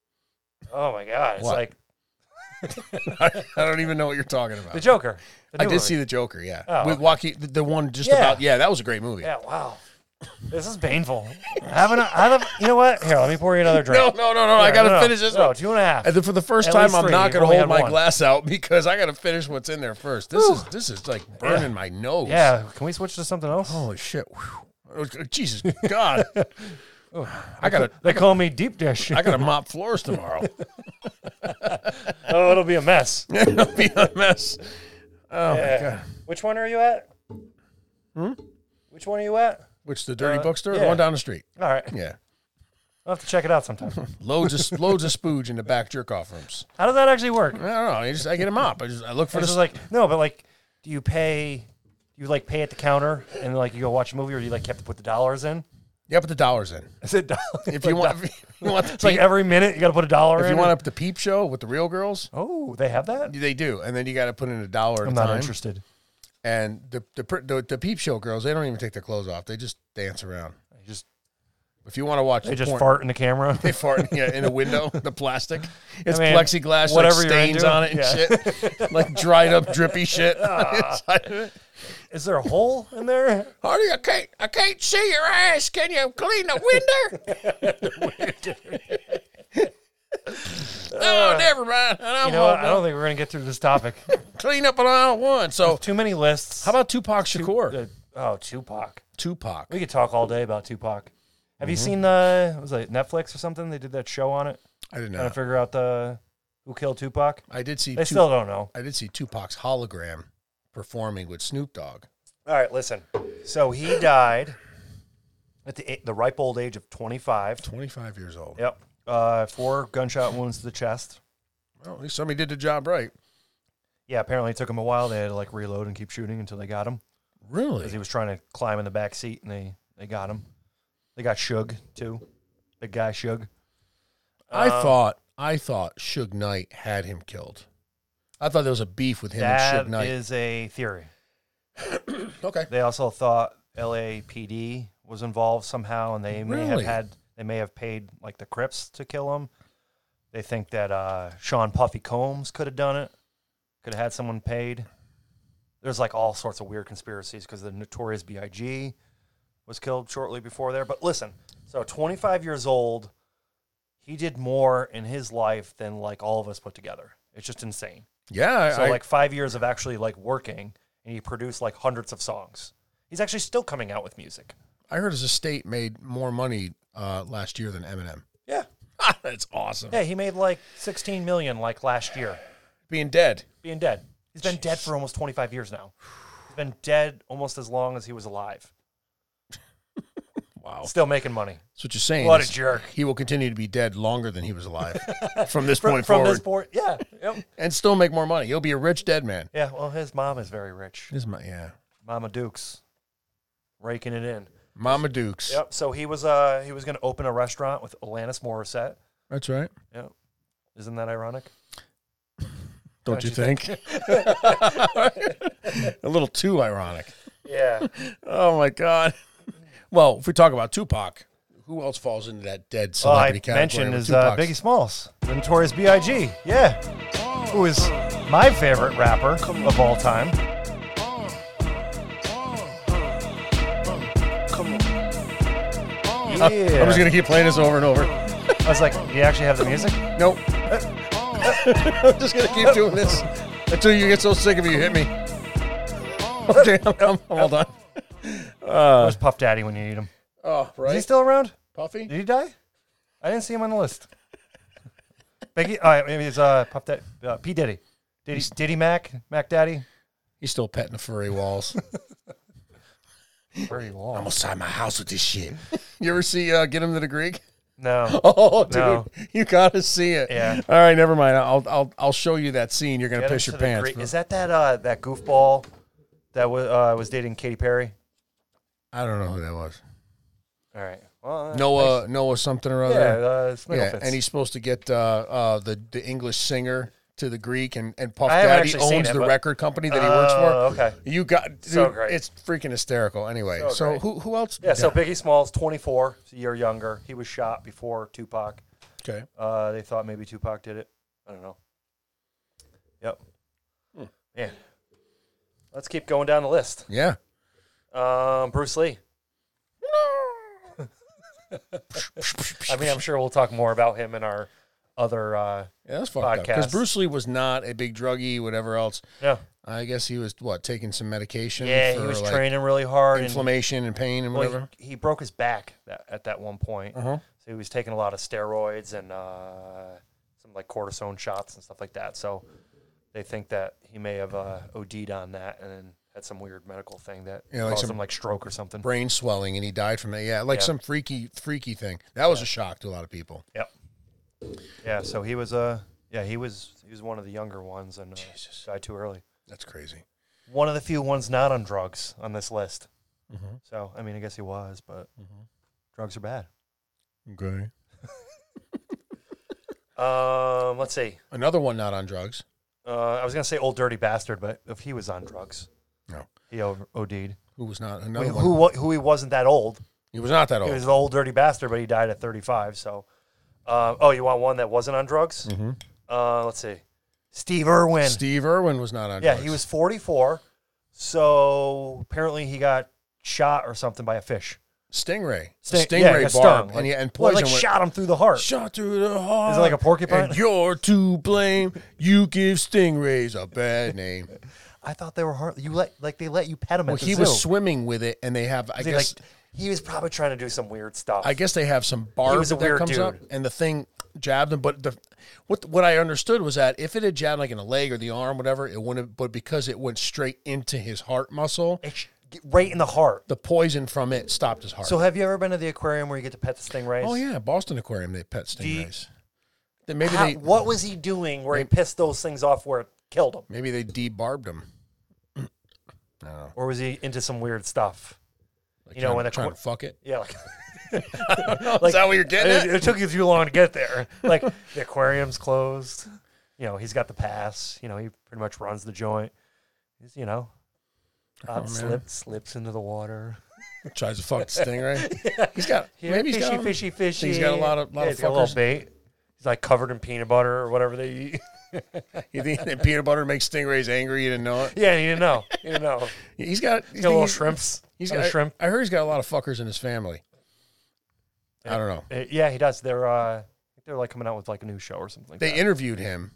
Speaker 2: Oh my god! It's
Speaker 1: What?
Speaker 2: like
Speaker 1: I don't even know what you're talking
Speaker 2: the
Speaker 1: about.
Speaker 2: Joker. The
Speaker 1: I
Speaker 2: new
Speaker 1: did
Speaker 2: movie.
Speaker 1: see the Joker, yeah,
Speaker 2: Oh,
Speaker 1: with
Speaker 2: okay.
Speaker 1: Joaquin, the, the one just
Speaker 2: Yeah.
Speaker 1: about. Yeah, that was a great movie.
Speaker 2: Yeah. Wow. This is painful. Having a, having, you know what? Here, let me pour you another
Speaker 1: No,
Speaker 2: drink.
Speaker 1: no, no, no. I
Speaker 2: Here,
Speaker 1: gotta
Speaker 2: no, no,
Speaker 1: finish this
Speaker 2: No,
Speaker 1: one.
Speaker 2: two and a half.
Speaker 1: And then for the first
Speaker 2: At
Speaker 1: time,
Speaker 2: least
Speaker 1: I'm
Speaker 2: three.
Speaker 1: not gonna
Speaker 2: Only
Speaker 1: hold
Speaker 2: had
Speaker 1: my
Speaker 2: one.
Speaker 1: glass out because I gotta finish what's in there first. This is this is like burning my nose.
Speaker 2: Yeah. Can we switch to something else?
Speaker 1: Holy shit. Whew. Oh, Jesus God.
Speaker 2: Oh,
Speaker 1: I gotta
Speaker 2: They call me deep dish.
Speaker 1: I gotta mop floors tomorrow.
Speaker 2: oh, it'll be a mess.
Speaker 1: It'll be a mess. Oh my
Speaker 2: Yeah.
Speaker 1: god.
Speaker 2: Which one are you at? Hmm. Which one are you at?
Speaker 1: Which the dirty
Speaker 2: Uh,
Speaker 1: bookstore? The
Speaker 2: yeah.
Speaker 1: one down the street.
Speaker 2: All right.
Speaker 1: Yeah.
Speaker 2: I'll have to check it out sometime.
Speaker 1: Loads of loads of spooge in the back jerk off rooms.
Speaker 2: How does that actually work?
Speaker 1: I don't know. I just I get a mop. I just I look for
Speaker 2: But
Speaker 1: this.
Speaker 2: it's like no, but like, do you pay? You like pay at the counter and like you go watch a movie, or do you like you have to put the dollars in?
Speaker 1: yeah, put the dollars in.
Speaker 2: Is it dollars?
Speaker 1: If you want if you want the
Speaker 2: It's like
Speaker 1: peep-
Speaker 2: every minute you got to put a dollar in.
Speaker 1: if you
Speaker 2: or-
Speaker 1: want up the peep show with the real girls,
Speaker 2: oh, they have that.
Speaker 1: They do, and then you got to put in a dollar at
Speaker 2: I'm
Speaker 1: a
Speaker 2: not
Speaker 1: time.
Speaker 2: interested.
Speaker 1: And the, the pr- the the peep show girls, they don't even take their clothes off; they just dance around.
Speaker 2: They just
Speaker 1: If you want to watch,
Speaker 2: they
Speaker 1: the
Speaker 2: just
Speaker 1: porn-
Speaker 2: fart in the camera.
Speaker 1: They fart yeah, in a window, the plastic. It's
Speaker 2: mean,
Speaker 1: plexiglass,
Speaker 2: whatever
Speaker 1: like
Speaker 2: you're
Speaker 1: stains
Speaker 2: into,
Speaker 1: on it and
Speaker 2: yeah. Ah.
Speaker 1: shit, like dried up, drippy shit. Hardy,
Speaker 2: Is there a hole in there?
Speaker 1: I can't, I can't see your ass. Can you clean the window? oh, never mind. I don't,
Speaker 2: You know, what?
Speaker 1: wanna
Speaker 2: I don't think we're gonna get through this topic.
Speaker 1: clean up on one. So,
Speaker 2: Too many lists.
Speaker 1: how about Tupac Shakur?
Speaker 2: Uh, oh Tupac?
Speaker 1: Tupac.
Speaker 2: We could talk all day about Tupac. Have
Speaker 1: Mm-hmm.
Speaker 2: you seen the what was it Netflix or something? They did that show on it,
Speaker 1: I didn't
Speaker 2: trying
Speaker 1: know.
Speaker 2: to figure out the who killed Tupac.
Speaker 1: I did see.
Speaker 2: They
Speaker 1: Tupac.
Speaker 2: still don't know.
Speaker 1: I did see Tupac's hologram performing with Snoop Dogg.
Speaker 2: All right, listen. So he died at the the ripe old age of 25.
Speaker 1: 25 years old.
Speaker 2: Yep. Uh, four gunshot wounds to the chest.
Speaker 1: Well, at least somebody did the job right.
Speaker 2: Yeah, apparently it took him a while. They had to like reload and keep shooting until they got him
Speaker 1: Really?
Speaker 2: because he was trying to climb in the back seat and they they got him. They got Shug too. Big guy Shug.
Speaker 1: I
Speaker 2: um,
Speaker 1: thought I thought Suge Knight had him killed. I thought there was a beef with him and
Speaker 2: That
Speaker 1: Suge Knight.
Speaker 2: is a theory.
Speaker 1: okay.
Speaker 2: They also thought LAPD was involved somehow, and they may have
Speaker 1: Really?
Speaker 2: had they may have paid like the Crips to kill him. They think that uh, Sean Puffy Combs could have done it, could have had someone paid. There's like all sorts of weird conspiracies because the notorious B.I.G. was killed shortly before there. But listen, so 25 years old, he did more in his life than like all of us put together. It's just insane.
Speaker 1: Yeah, I,
Speaker 2: So
Speaker 1: I-
Speaker 2: like five years of actually like working, and he produced like hundreds of songs. He's actually still coming out with music.
Speaker 1: I heard his estate made more money uh, last year than Eminem.
Speaker 2: Yeah,
Speaker 1: That's awesome.
Speaker 2: yeah. He made like 16 million like last year,
Speaker 1: Being dead.
Speaker 2: being dead. He's been dead for almost 25 years now. He's been dead almost as long as he was alive.
Speaker 1: Wow.
Speaker 2: Still making money.
Speaker 1: That's what you're saying.
Speaker 2: What a
Speaker 1: is
Speaker 2: jerk.
Speaker 1: He will continue to be dead longer than he was alive from this
Speaker 2: From,
Speaker 1: point
Speaker 2: from
Speaker 1: forward
Speaker 2: this point, yeah, yep.
Speaker 1: and still make more money. He'll be a rich dead man.
Speaker 2: yeah. Well, his mom is very rich.
Speaker 1: This is my, yeah.
Speaker 2: Mama Dukes, raking it in.
Speaker 1: Mama Dukes.
Speaker 2: Yep. So he was uh he was going to open a restaurant with Alanis Morissette.
Speaker 1: That's right.
Speaker 2: Yep. Isn't that ironic?
Speaker 1: Don't, you think? a little too ironic.
Speaker 2: Yeah.
Speaker 1: Oh my god. Well, if we talk about Tupac, who else falls into that dead
Speaker 2: Well, I
Speaker 1: celebrity category?
Speaker 2: mentioned
Speaker 1: with
Speaker 2: is uh,
Speaker 1: Tupac's?
Speaker 2: Biggie Smalls, the Notorious B.I.G. Yeah, who is my favorite rapper of all time. Yeah.
Speaker 1: I'm just gonna keep playing this over and over.
Speaker 2: I was like, you actually have the music?
Speaker 1: Nope. I'm just gonna keep doing this until you get so sick of it you hit me. Okay, I'm, I'm, I'm all done.
Speaker 2: Where's Puff Daddy when you need him?
Speaker 1: Oh,
Speaker 2: Is he
Speaker 1: right,
Speaker 2: still around?
Speaker 1: Puffy.
Speaker 2: Did he die? I didn't see him on the list. Biggie, uh, maybe it's uh, Puff Daddy, uh, P Diddy, Diddy, Diddy Mac, Mac Daddy.
Speaker 1: He's still petting the furry walls.
Speaker 2: Very long.
Speaker 1: I'm outside my house with this shit. You ever see uh, Get Him to the Greek?
Speaker 2: No.
Speaker 1: Oh, dude,
Speaker 2: No.
Speaker 1: you gotta see it.
Speaker 2: Yeah.
Speaker 1: All right, never mind. I'll I'll I'll show you that scene. You're gonna
Speaker 2: Get
Speaker 1: piss
Speaker 2: him
Speaker 1: your
Speaker 2: to the
Speaker 1: pants.
Speaker 2: Greek- Is that that uh, that goofball that was uh, was dating Katy Perry?
Speaker 1: I don't know who that was.
Speaker 2: All right. Well, uh,
Speaker 1: Noah Noah something or
Speaker 2: Yeah,
Speaker 1: other.
Speaker 2: uh, Snigglefits.
Speaker 1: and he's supposed to get uh, uh, the the English singer to the Greek, and and Puff
Speaker 2: I haven't
Speaker 1: Daddy
Speaker 2: actually seen
Speaker 1: owns
Speaker 2: it,
Speaker 1: the
Speaker 2: but-
Speaker 1: record company that he works
Speaker 2: Oh,
Speaker 1: for.
Speaker 2: okay.
Speaker 1: You got dude,
Speaker 2: So great.
Speaker 1: It's freaking hysterical. Anyway, so,
Speaker 2: So great.
Speaker 1: who who else?
Speaker 2: yeah, so Biggie Smalls, 24, a year younger. He was shot before Tupac.
Speaker 1: okay.
Speaker 2: Uh, they thought maybe Tupac did it. I don't know. Yep. Yeah. Let's keep going down the list.
Speaker 1: Yeah.
Speaker 2: Um, Bruce Lee. I mean, I'm sure we'll talk more about him in our other. Uh,
Speaker 1: Yeah, that's fucked up. Because
Speaker 2: Podcast.
Speaker 1: Bruce Lee was not a big druggie, whatever else.
Speaker 2: yeah.
Speaker 1: I guess he was what taking some medication.
Speaker 2: Yeah, he
Speaker 1: for,
Speaker 2: was
Speaker 1: like,
Speaker 2: training really hard. and-
Speaker 1: inflammation and pain and
Speaker 2: Well,
Speaker 1: whatever.
Speaker 2: he, he broke his back that, at that one point.
Speaker 1: Uh-huh.
Speaker 2: So he was taking a lot of steroids and uh, some like cortisone shots and stuff like that. So they think that he may have uh, OD'd on that and then had some weird medical thing that
Speaker 1: Yeah, like
Speaker 2: caused
Speaker 1: some
Speaker 2: him like stroke or something.
Speaker 1: Brain swelling, and he died from that. Yeah, like
Speaker 2: Yeah.
Speaker 1: some freaky, freaky thing. That was a shock to a lot of people.
Speaker 2: Yep. Yeah. So he was uh yeah he was he was one of the younger ones and uh, died too early.
Speaker 1: That's crazy.
Speaker 2: One of the few ones not on drugs on this list. So I mean I guess he was, but drugs are bad.
Speaker 1: Okay.
Speaker 2: Um, let's see.
Speaker 1: Another one not on drugs.
Speaker 2: Uh, I was gonna say old dirty bastard, but if he was on drugs,
Speaker 1: No.
Speaker 2: he over- OD'd.
Speaker 1: Who was not another
Speaker 2: Who,
Speaker 1: one?
Speaker 2: who wa- who he wasn't that old.
Speaker 1: He was not that
Speaker 2: He
Speaker 1: old.
Speaker 2: was an old dirty bastard, but he died at 35. So, uh, oh, you want one that wasn't on drugs? Mm-hmm. Uh, let's see, Steve Irwin.
Speaker 1: Steve Irwin was not on
Speaker 2: yeah,
Speaker 1: drugs.
Speaker 2: he was 44. So apparently he got shot or something by a fish.
Speaker 1: Stingray.
Speaker 2: Sting- yeah,
Speaker 1: Stingray
Speaker 2: he got
Speaker 1: barb.
Speaker 2: stung.
Speaker 1: and, yeah, and
Speaker 2: Well,
Speaker 1: poison
Speaker 2: like
Speaker 1: went-
Speaker 2: shot him through the heart.
Speaker 1: Shot through the heart.
Speaker 2: Is it like a porcupine?
Speaker 1: And you're to blame. You give stingrays a bad name.
Speaker 2: I thought they were heart. You let like they let you pet him.
Speaker 1: well,
Speaker 2: at the
Speaker 1: he
Speaker 2: zoo.
Speaker 1: was swimming with it, and they have. I
Speaker 2: They,
Speaker 1: guess.
Speaker 2: like, he was probably trying to do some weird stuff.
Speaker 1: I guess they have some barb
Speaker 2: was a
Speaker 1: that
Speaker 2: weird
Speaker 1: comes
Speaker 2: dude.
Speaker 1: up, and the thing jabbed him. But the what what I understood was that if it had jabbed like in a leg or the arm, whatever, it wouldn't. have- But because it went straight into his heart muscle,
Speaker 2: It sh- right in the heart.
Speaker 1: the poison from it stopped his heart.
Speaker 2: So have you ever been to the aquarium where you get to pet the stingrays?
Speaker 1: oh yeah, Boston Aquarium they pet
Speaker 2: you-
Speaker 1: stingrays. Then maybe
Speaker 2: How-
Speaker 1: they
Speaker 2: what was he doing where he pissed those things off where it killed him?
Speaker 1: maybe they debarbed him.
Speaker 2: Or was he into some weird stuff?
Speaker 1: Like
Speaker 2: You know,
Speaker 1: trying-
Speaker 2: when the
Speaker 1: trying
Speaker 2: qu-
Speaker 1: to fuck it.
Speaker 2: Yeah, like,
Speaker 1: Is that what you're getting?
Speaker 2: it,
Speaker 1: At?
Speaker 2: it took you too long to get there. Like the aquarium's closed. You know, he's got the pass. You know, he pretty much runs the joint. He's, you know,
Speaker 1: Oh,
Speaker 2: uh, slip, slips into the water.
Speaker 1: Tries to fuck the stingray. He's got
Speaker 2: Here,
Speaker 1: maybe he's
Speaker 2: fishy,
Speaker 1: got
Speaker 2: fishy, fishy.
Speaker 1: he's got a lot of- lot
Speaker 2: yeah,
Speaker 1: of
Speaker 2: he's got a little
Speaker 1: fuckers.
Speaker 2: bait. He's like covered in peanut butter or whatever they eat.
Speaker 1: You think that peanut butter makes stingrays angry? You didn't know it.
Speaker 2: yeah, you didn't know. You didn't know.
Speaker 1: He's got
Speaker 2: He's got little shrimps.
Speaker 1: He's
Speaker 2: on
Speaker 1: got
Speaker 2: a shrimp.
Speaker 1: I, heard he's got a lot of fuckers in his family. I don't know.
Speaker 2: Uh, yeah, he does. They're uh, they're like coming out with like a new show or something. Like
Speaker 1: They
Speaker 2: that.
Speaker 1: interviewed him,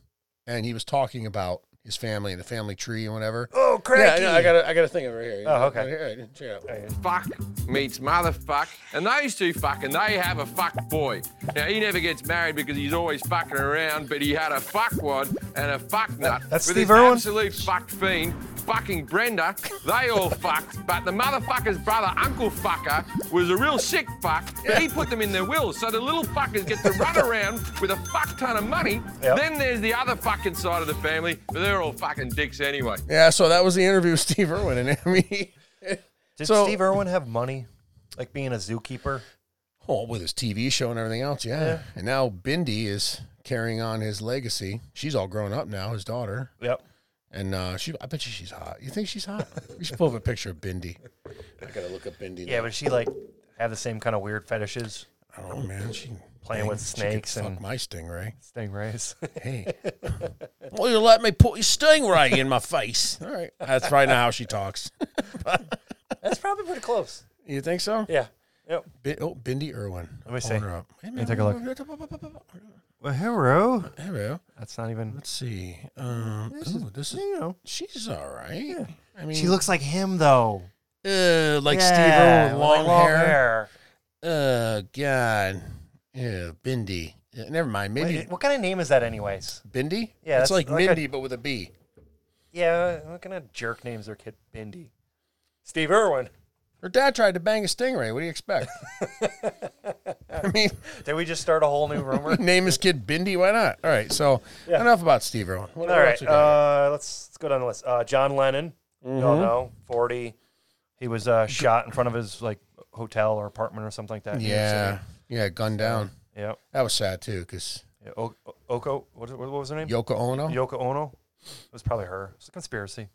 Speaker 1: and he was talking about his family and the family tree and whatever.
Speaker 2: oh, crazy!
Speaker 1: a, I got a thing over here.
Speaker 2: Oh, okay. Right
Speaker 1: check it out.
Speaker 5: fuck meets motherfuck, and those two fuck, and they have a fuck boy. Now he never gets married because he's always fucking around, but he had a fuck wad and a fuck nut
Speaker 2: that's
Speaker 5: with
Speaker 2: Steve
Speaker 5: this
Speaker 2: Irwin?
Speaker 5: absolute fuck fiend. Fucking Brenda, they all fucked, but the motherfucker's brother, Uncle Fucker, was a real sick fuck. He put them in their wills, so the little fuckers get to run around with a fuck ton of money.
Speaker 2: Yep.
Speaker 5: Then there's the other fucking side of the family, but they're all fucking dicks anyway.
Speaker 1: Yeah, so that was the interview with Steve Irwin, and I mean,
Speaker 2: Did
Speaker 1: So-
Speaker 2: Steve Irwin have money? Like being a zookeeper?
Speaker 1: oh, with his TV show and everything else, yeah. And now Bindi is carrying on his legacy. She's all grown up now, his daughter,
Speaker 2: Yep.
Speaker 1: and uh, she. I bet you she's hot. You think she's hot? we should pull up a picture of Bindi. I gotta look up Bindi.
Speaker 2: Yeah, but she like have the same kind of weird fetishes,
Speaker 1: I don't know, man. She
Speaker 2: Playing with
Speaker 1: she could
Speaker 2: snakes and-
Speaker 1: fuck my stingray.
Speaker 2: stingrays.
Speaker 1: Hey, will you let me put your stingray in my face? All right, that's probably not how she talks.
Speaker 2: That's probably pretty close.
Speaker 1: You think so?
Speaker 2: Yeah. Yep.
Speaker 1: Bi- oh, Bindi Irwin.
Speaker 2: Let me see.
Speaker 1: Pulling her up. Let
Speaker 2: me take a
Speaker 1: look.
Speaker 2: Well, hello.
Speaker 1: Hello.
Speaker 2: That's not even.
Speaker 1: Let's see. Um, ooh, this is
Speaker 2: You know,
Speaker 1: she's all right. I mean,
Speaker 2: she looks like him though.
Speaker 1: uh, like Steve Irwin,
Speaker 2: with,
Speaker 1: long,
Speaker 2: like, long
Speaker 1: hair.
Speaker 2: hair.
Speaker 1: Oh God, yeah, Bindi. Yeah, never mind. Maybe
Speaker 2: Wait, what kind of name is that, anyways?
Speaker 1: Bindi.
Speaker 2: Yeah,
Speaker 1: it's
Speaker 2: that's
Speaker 1: like,
Speaker 2: like a-
Speaker 1: Mindy, but with a B.
Speaker 2: Yeah, what kind of jerk names their kid Bindi? Steve Irwin.
Speaker 1: Her dad tried to bang a stingray. What do you expect? I mean,
Speaker 2: Did we just start a whole new rumor?
Speaker 1: name his kid Bindi. Why not? All right. So enough about Steve Irwin. What
Speaker 2: All
Speaker 1: else
Speaker 2: right,
Speaker 1: we got?
Speaker 2: uh, let's let's go down the list. Uh, John Lennon, you all know, forty. He was uh, shot in front of his like hotel or apartment or something like that. uh, in New York
Speaker 1: yeah, yeah, gunned down.
Speaker 2: City. Yep.
Speaker 1: That was sad too, because
Speaker 2: Yeah. O- O- Oko, what, what was her name?
Speaker 1: Yoko Ono.
Speaker 2: Yoko Ono. It was probably her. It's a conspiracy.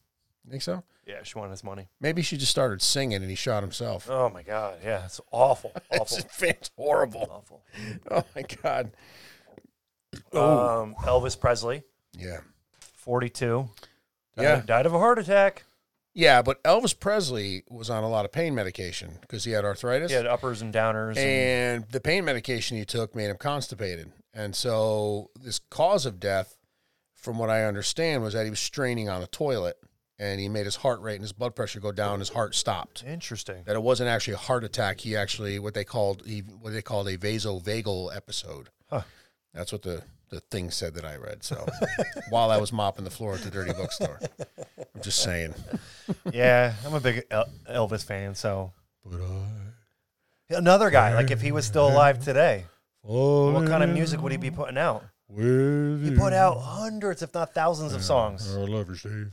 Speaker 1: think so?
Speaker 2: Yeah, she wanted his money.
Speaker 1: Maybe she just started singing and he shot himself.
Speaker 2: Oh my God. Yeah, it's awful. Awful.
Speaker 1: It's horrible.
Speaker 2: awful.
Speaker 1: Oh my god.
Speaker 2: Um, Elvis Presley,
Speaker 1: Yeah.
Speaker 2: forty-two. Died-
Speaker 1: Yeah.
Speaker 2: Died of a heart attack.
Speaker 1: Yeah, but Elvis Presley was on a lot of pain medication because he had arthritis.
Speaker 2: He had uppers and downers. And,
Speaker 1: and the pain medication he took made him constipated. And so this cause of death, from what I understand, was that he was straining on the toilet and he made his heart rate and his blood pressure go down, his heart stopped.
Speaker 2: Interesting.
Speaker 1: That it wasn't actually a heart attack. He actually what they called he, what they called a vasovagal episode.
Speaker 2: Huh.
Speaker 1: That's what the the thing said that I read. So while I was mopping the floor at the dirty bookstore, I'm just saying.
Speaker 2: yeah, I'm a big El- Elvis fan, so. Another guy, like if he was still
Speaker 1: Mm-hmm.
Speaker 2: alive today, what kind of music would he be putting out? He
Speaker 1: er
Speaker 2: put out
Speaker 1: Mm-hmm.
Speaker 2: hundreds, if not thousands, of songs.
Speaker 1: love you, Steve.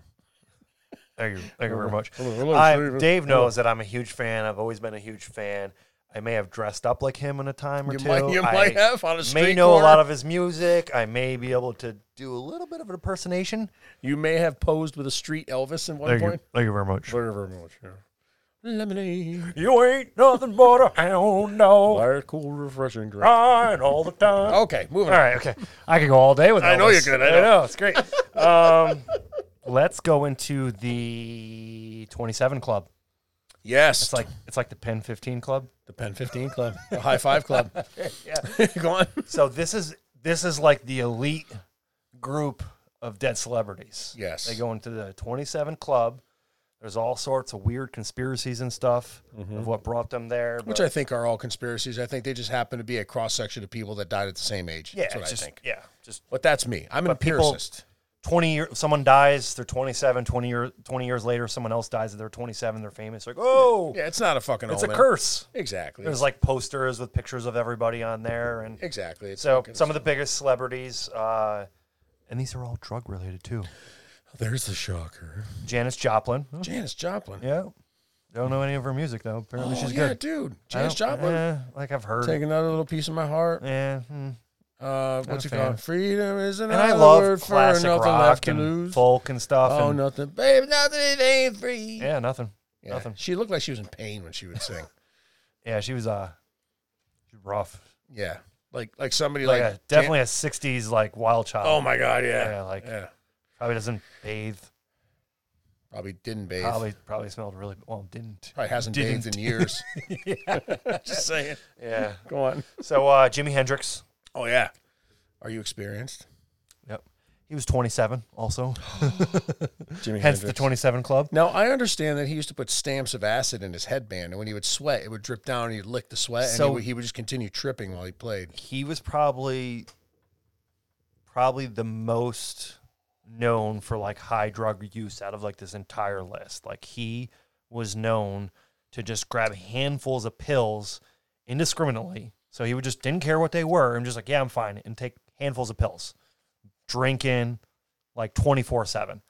Speaker 2: Thank you, thank you very much.
Speaker 1: Hello, hello,
Speaker 2: I,
Speaker 1: Steve.
Speaker 2: Dave knows that I'm a huge fan. I've always been a huge fan. I may have dressed up like him in a time or
Speaker 1: You
Speaker 2: two.
Speaker 1: might, you might
Speaker 2: I
Speaker 1: have on a street
Speaker 2: may know a
Speaker 1: corner.
Speaker 2: lot of his music. I may be able to do a little bit of an impersonation.
Speaker 1: You may have posed with a street Elvis at one point.
Speaker 2: thank you very much.
Speaker 1: Very, very much. Yeah. Lemonade,
Speaker 2: You ain't nothing but a hound dog,
Speaker 1: fire, cool, refreshing drink.
Speaker 2: crying all the time.
Speaker 1: Oh, Okay, moving
Speaker 2: All right, okay. I could go all day with.
Speaker 1: I know
Speaker 2: Elvis.
Speaker 1: you could, I
Speaker 2: I
Speaker 1: know.
Speaker 2: know it's great. Um, let's go into the twenty-seven club.
Speaker 1: on. Yes,
Speaker 2: It's like it's like the Pen Fifteen Club.
Speaker 1: the Pen Fifteen Club, the High Five Club. yeah, go on.
Speaker 2: So this is this is like the elite group of dead celebrities.
Speaker 1: Yes.
Speaker 2: they go into the twenty-seven club. There's all sorts of weird conspiracies and stuff of what brought them there.
Speaker 1: Mm-hmm. Which
Speaker 2: but-
Speaker 1: I think are all conspiracies. I think they just happen to be a cross section of people that died at the same age.
Speaker 2: yeah,
Speaker 1: that's what
Speaker 2: it's just,
Speaker 1: I think.
Speaker 2: yeah, just
Speaker 1: But that's me. I'm an
Speaker 2: people-
Speaker 1: empiricist.
Speaker 2: 20 years someone dies they're 27 20 year 20 years later someone else dies they're 27 they're famous like oh
Speaker 1: yeah, it's not a fucking.
Speaker 2: it's a
Speaker 1: omen.
Speaker 2: curse
Speaker 1: Exactly.
Speaker 2: there's like posters with pictures of everybody on there and
Speaker 1: exactly. It's
Speaker 2: so
Speaker 1: fucking-
Speaker 2: some of the biggest celebrities uh, and these are all drug related too
Speaker 1: there's the shocker.
Speaker 2: Janis Joplin
Speaker 1: Janis Joplin.
Speaker 2: yeah don't know any of her music though apparently
Speaker 1: Oh,
Speaker 2: she's
Speaker 1: yeah,
Speaker 2: good
Speaker 1: dude.
Speaker 2: I
Speaker 1: Janis
Speaker 2: don't-
Speaker 1: Joplin.
Speaker 2: eh, like I've heard
Speaker 1: Take another little piece of my heart.
Speaker 2: yeah hmm.
Speaker 1: Uh, what's
Speaker 2: a
Speaker 1: it
Speaker 2: fan.
Speaker 1: called? Freedom is
Speaker 2: and
Speaker 1: another
Speaker 2: I love
Speaker 1: word for
Speaker 2: classic
Speaker 1: nothing left
Speaker 2: rock
Speaker 1: to
Speaker 2: and
Speaker 1: lose.
Speaker 2: folk and stuff
Speaker 1: oh,
Speaker 2: and,
Speaker 1: nothing, babe, nothing ain't free.
Speaker 2: yeah nothing
Speaker 1: Yeah.
Speaker 2: nothing
Speaker 1: She looked like she was in pain when she would sing.
Speaker 2: yeah she was uh she was rough
Speaker 1: yeah, Like like somebody
Speaker 2: Like
Speaker 1: like,
Speaker 2: a, definitely a '60s like wild child.
Speaker 1: oh my god, yeah,
Speaker 2: Yeah, like-
Speaker 1: yeah.
Speaker 2: Probably doesn't bathe.
Speaker 1: Probably didn't bathe. Probably,
Speaker 2: Probably probably smelled really well. Didn't.
Speaker 1: hasn't bathed
Speaker 2: didn't.
Speaker 1: in years. Just saying.
Speaker 2: Yeah.
Speaker 1: Go on.
Speaker 2: So uh, Jimi Hendrix.
Speaker 1: Oh yeah. Are you experienced?
Speaker 2: Yep. He was 27. Also,
Speaker 1: Jimmy
Speaker 2: hence the 27 Club.
Speaker 1: Now I understand that he used to put stamps of acid in his headband, and when he would sweat, it would drip down, and he'd lick the sweat, and
Speaker 2: So-
Speaker 1: he would, he would just continue tripping while he played.
Speaker 2: he was probably probably the most known for like high drug use out of like this entire list. Like he was known to just grab handfuls of pills indiscriminately. So he would just didn't care what they were and just like, yeah, I'm fine, and take handfuls of pills. Drinking like 24 7.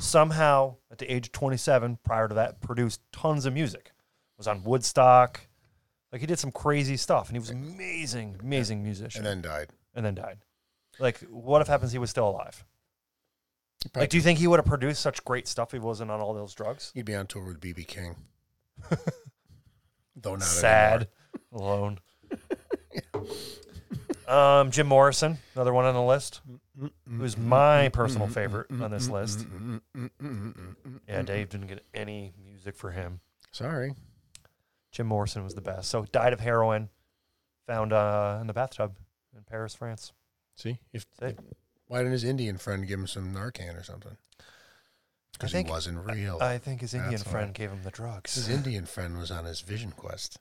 Speaker 2: Somehow, at the age of 27, prior to that, produced tons of music. Was on Woodstock. Like he did some crazy stuff, and he was amazing, amazing musician,
Speaker 1: And then died.
Speaker 2: and then died. Like, what if happens he was still alive?
Speaker 1: probably-
Speaker 2: Like, do you think he would have produced such great stuff if he wasn't on all those drugs?
Speaker 1: He'd be on tour with BB King. Though not
Speaker 2: Sad, alone. um, Jim Morrison, another one on the list, who's my personal favorite on this list. Yeah, Dave didn't get any music for him.
Speaker 1: Sorry.
Speaker 2: Jim Morrison was the best. So died of heroin, found uh, in the bathtub in Paris, France.
Speaker 1: See if,
Speaker 2: That's it.
Speaker 1: why didn't his Indian friend give him some Narcan or something? Because he
Speaker 2: think-
Speaker 1: wasn't real.
Speaker 2: I think his Indian
Speaker 1: That's all
Speaker 2: friend
Speaker 1: right.
Speaker 2: gave him the drugs.
Speaker 1: his Indian friend was on his vision quest.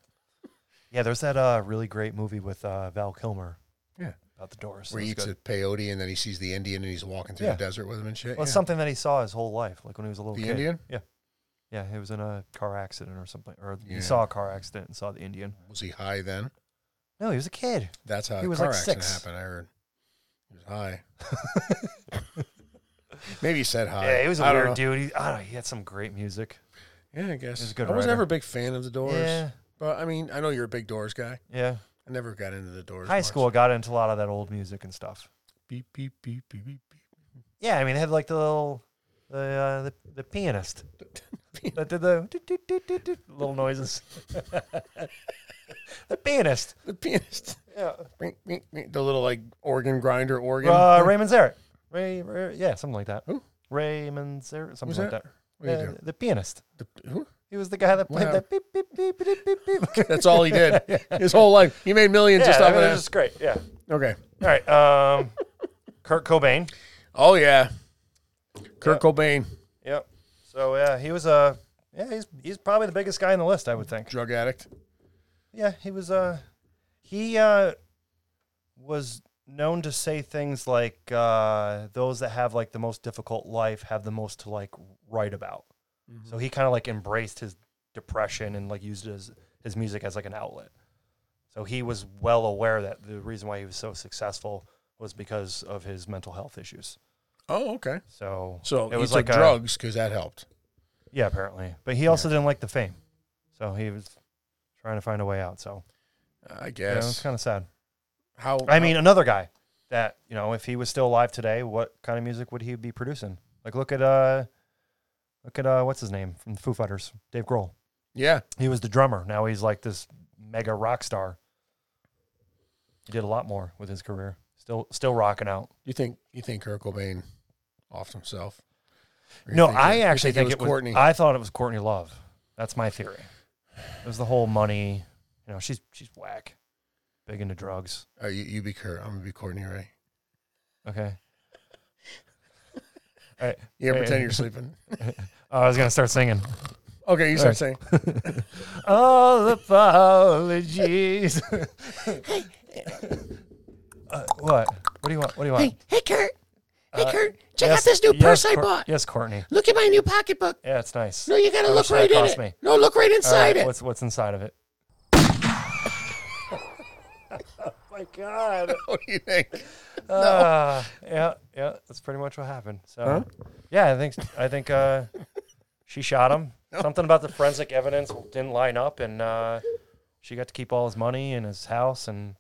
Speaker 2: Yeah, there's that uh, really great movie with uh, Val Kilmer.
Speaker 1: Yeah.
Speaker 2: about the Doors.
Speaker 1: Where he
Speaker 2: That's
Speaker 1: eats
Speaker 2: good.
Speaker 1: a peyote and then he sees the Indian and he's walking through
Speaker 2: Yeah.
Speaker 1: the desert with him and shit.
Speaker 2: Well, it's
Speaker 1: Yeah.
Speaker 2: something that he saw his whole life, like when he was a little
Speaker 1: The
Speaker 2: kid.
Speaker 1: Indian?
Speaker 2: Yeah, yeah, he was in a car accident or something, or
Speaker 1: Yeah.
Speaker 2: he saw a car accident and saw the Indian.
Speaker 1: Was he high then?
Speaker 2: No, he was a kid.
Speaker 1: That's how
Speaker 2: He
Speaker 1: the
Speaker 2: was
Speaker 1: car
Speaker 2: like
Speaker 1: accident
Speaker 2: six.
Speaker 1: happened. I heard he was high. Maybe he said high.
Speaker 2: yeah, he was a
Speaker 1: I don't
Speaker 2: weird
Speaker 1: know.
Speaker 2: dude. He, I don't know, he had some great music.
Speaker 1: Yeah, I guess
Speaker 2: He was a good
Speaker 1: I was
Speaker 2: writer.
Speaker 1: never a big fan of the Doors,
Speaker 2: Yeah,
Speaker 1: but I mean, I know you're a big Doors guy.
Speaker 2: yeah.
Speaker 1: I never got into the Doors.
Speaker 2: High
Speaker 1: much.
Speaker 2: school, I got into a lot of that old music and stuff.
Speaker 1: Beep beep beep beep beep.
Speaker 2: Yeah, I mean, they had like the little, the uh, the, the pianist
Speaker 1: beep.
Speaker 2: that did the doot, doot, doot, doot, doot little noises. the pianist.
Speaker 1: the pianist.
Speaker 2: Yeah.
Speaker 1: Beep, beep, beep. The little like organ grinder organ.
Speaker 2: Uh, Raymond Zarek. Ray, Ray, yeah, something like that.
Speaker 1: Who?
Speaker 2: Raymond Zarek, something
Speaker 1: Who's
Speaker 2: like
Speaker 1: that?
Speaker 2: that.
Speaker 1: What are you
Speaker 2: Uh,
Speaker 1: doing?
Speaker 2: the pianist.
Speaker 1: The- who?
Speaker 2: He was the guy that played
Speaker 1: Wow.
Speaker 2: that beep beep beep beep beep beep. beep.
Speaker 1: That's all he did his whole life. He made millions
Speaker 2: yeah,
Speaker 1: just
Speaker 2: I
Speaker 1: off
Speaker 2: mean,
Speaker 1: of
Speaker 2: it
Speaker 1: that.
Speaker 2: was just great. Yeah.
Speaker 1: Okay.
Speaker 2: All right. Um, Kurt Cobain.
Speaker 1: Oh yeah. Kurt Cobain,
Speaker 2: Yep. So yeah, he was Uh, yeah, he's he's probably the biggest guy on the list, I would think.
Speaker 1: drug addict.
Speaker 2: Yeah, he was. Uh, he uh, was known to say things like uh, those that have like the most difficult life have the most to like write about.
Speaker 1: Mm-hmm.
Speaker 2: So he kind of like embraced his depression and like used his his music as like an outlet. So he was well aware that the reason why he was so successful was because of his mental health issues.
Speaker 1: Oh okay.
Speaker 2: So
Speaker 1: So
Speaker 2: it was
Speaker 1: he took
Speaker 2: like a-
Speaker 1: drugs because that helped.
Speaker 2: yeah, apparently. But he also didn't like the fame, so he was trying to find a way out. So
Speaker 1: I
Speaker 2: yeah, it's
Speaker 1: guess.
Speaker 2: kind of sad.
Speaker 1: how
Speaker 2: I mean, another guy that you know, if he was still alive today, what kind of music would he be producing? Like, look at uh, look at uh, what's his name from the Foo Fighters, Dave Grohl.
Speaker 1: yeah.
Speaker 2: He was the drummer. Now he's like this mega rock star. He did a lot more with his career. Still, still rocking out.
Speaker 1: You think you think Kurt Cobain offed himself? Or you
Speaker 2: No,
Speaker 1: think
Speaker 2: I
Speaker 1: you
Speaker 2: actually think, it was
Speaker 1: Courtney.
Speaker 2: I thought it was Courtney Love. That's my theory. It was the whole money. You know, she's she's whack, big into drugs.
Speaker 1: Uh, you, you be Kurt. I'm gonna be Courtney Ray.
Speaker 2: Okay. All right.
Speaker 1: Yeah,
Speaker 2: Hey.
Speaker 1: pretend you're sleeping.
Speaker 2: Oh, I was gonna start singing.
Speaker 1: Okay, you start saying.
Speaker 2: All apologies. uh, what? What do you want? What do you want?
Speaker 4: Hey, hey, Kurt. Hey, Court, Kurt. Check
Speaker 2: Yes-
Speaker 4: out this new
Speaker 2: yes,
Speaker 4: purse I
Speaker 2: Cor-
Speaker 4: bought.
Speaker 2: Yes, Courtney.
Speaker 4: Look at my new pocketbook.
Speaker 2: Yeah, it's nice.
Speaker 4: No, you gotta
Speaker 2: How
Speaker 4: look
Speaker 2: much
Speaker 4: right
Speaker 2: did that
Speaker 4: in
Speaker 2: cost
Speaker 4: it.
Speaker 2: me?
Speaker 4: No, look right
Speaker 2: All right,
Speaker 4: inside it.
Speaker 2: What's what's inside of it? oh my god.
Speaker 1: what do you think?
Speaker 2: Uh, yeah, yeah. That's pretty much what happened. So, yeah, I think I think uh, she shot him.
Speaker 4: Oh.
Speaker 2: Something about the forensic evidence didn't line up, and uh, she got to keep all his money and his house, and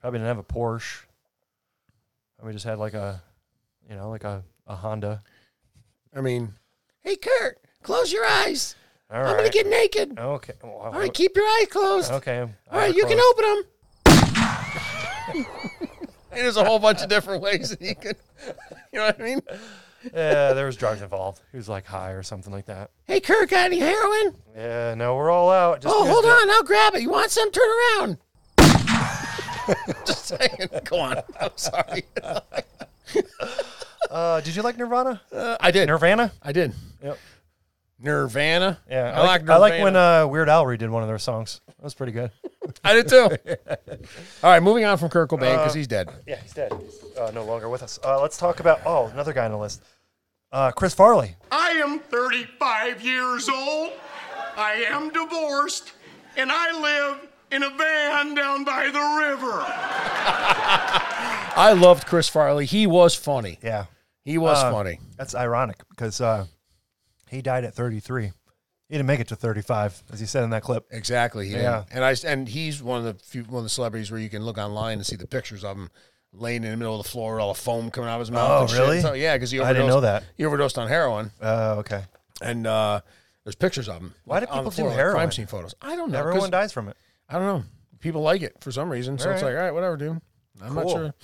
Speaker 2: probably didn't have a Porsche. Probably just had like a, you know, like a, a Honda.
Speaker 1: I mean,
Speaker 4: Hey, Kurt. Close your eyes.
Speaker 2: All
Speaker 4: I'm gonna
Speaker 2: right. Oh,
Speaker 4: get naked.
Speaker 2: okay. Well,
Speaker 4: All right, keep your eyes closed.
Speaker 2: okay.
Speaker 4: All right, you can open them.
Speaker 1: And there's a whole bunch of different ways that you could, you know what I mean?
Speaker 2: yeah, there was drugs involved. He was like high or something like that.
Speaker 1: Hey, Kirk, got any heroin?
Speaker 2: Yeah, no, we're all out. Just
Speaker 1: Oh,
Speaker 2: because
Speaker 1: hold
Speaker 2: the-
Speaker 1: on, I'll grab it. You want some? Turn around. Just saying. Go on. I'm sorry.
Speaker 2: Uh, did you like Nirvana?
Speaker 1: Uh, I did.
Speaker 2: Nirvana?
Speaker 1: I did.
Speaker 2: Yep.
Speaker 1: Nirvana.
Speaker 2: Yeah,
Speaker 1: I, like.
Speaker 2: I like when
Speaker 1: Nirvana.
Speaker 2: uh, Weird Al redid one of their songs. That was pretty good.
Speaker 1: I did too. All right, moving on from Kurt Cobain
Speaker 2: Uh,
Speaker 1: because he's dead.
Speaker 2: Yeah, he's dead. He's uh, no longer with us. Uh, let's talk about oh, another guy on the list, uh, Chris Farley.
Speaker 6: I am 35 years old. I am divorced, and I live in a van down by the river.
Speaker 1: I loved Chris Farley. He was funny.
Speaker 2: Yeah,
Speaker 1: He was
Speaker 2: Uh,
Speaker 1: funny.
Speaker 2: that's ironic because uh, he died at 33. He didn't make it to 35, as he said in that clip.
Speaker 1: Exactly. He
Speaker 2: Yeah.
Speaker 1: did. And I and he's one of the few one of the celebrities where you can look online and see the pictures of him laying in the middle of the floor, with all the foam coming out of his mouth.
Speaker 2: Oh,
Speaker 1: and shit.
Speaker 2: really?
Speaker 1: So, yeah, because he
Speaker 2: I
Speaker 1: overdosed.
Speaker 2: didn't know that.
Speaker 1: He overdosed on heroin.
Speaker 2: Oh, okay.
Speaker 1: and uh, there's pictures of them.
Speaker 2: Why do
Speaker 1: on the
Speaker 2: people do
Speaker 1: floor, like
Speaker 2: heroin?
Speaker 1: Crime scene photos. I don't know. 'cause-
Speaker 2: Everyone dies from it.
Speaker 1: I don't know. People like it for some reason, so it's
Speaker 2: Alright.
Speaker 1: like, all right, whatever, dude. I'm not
Speaker 2: Cool.
Speaker 1: sure.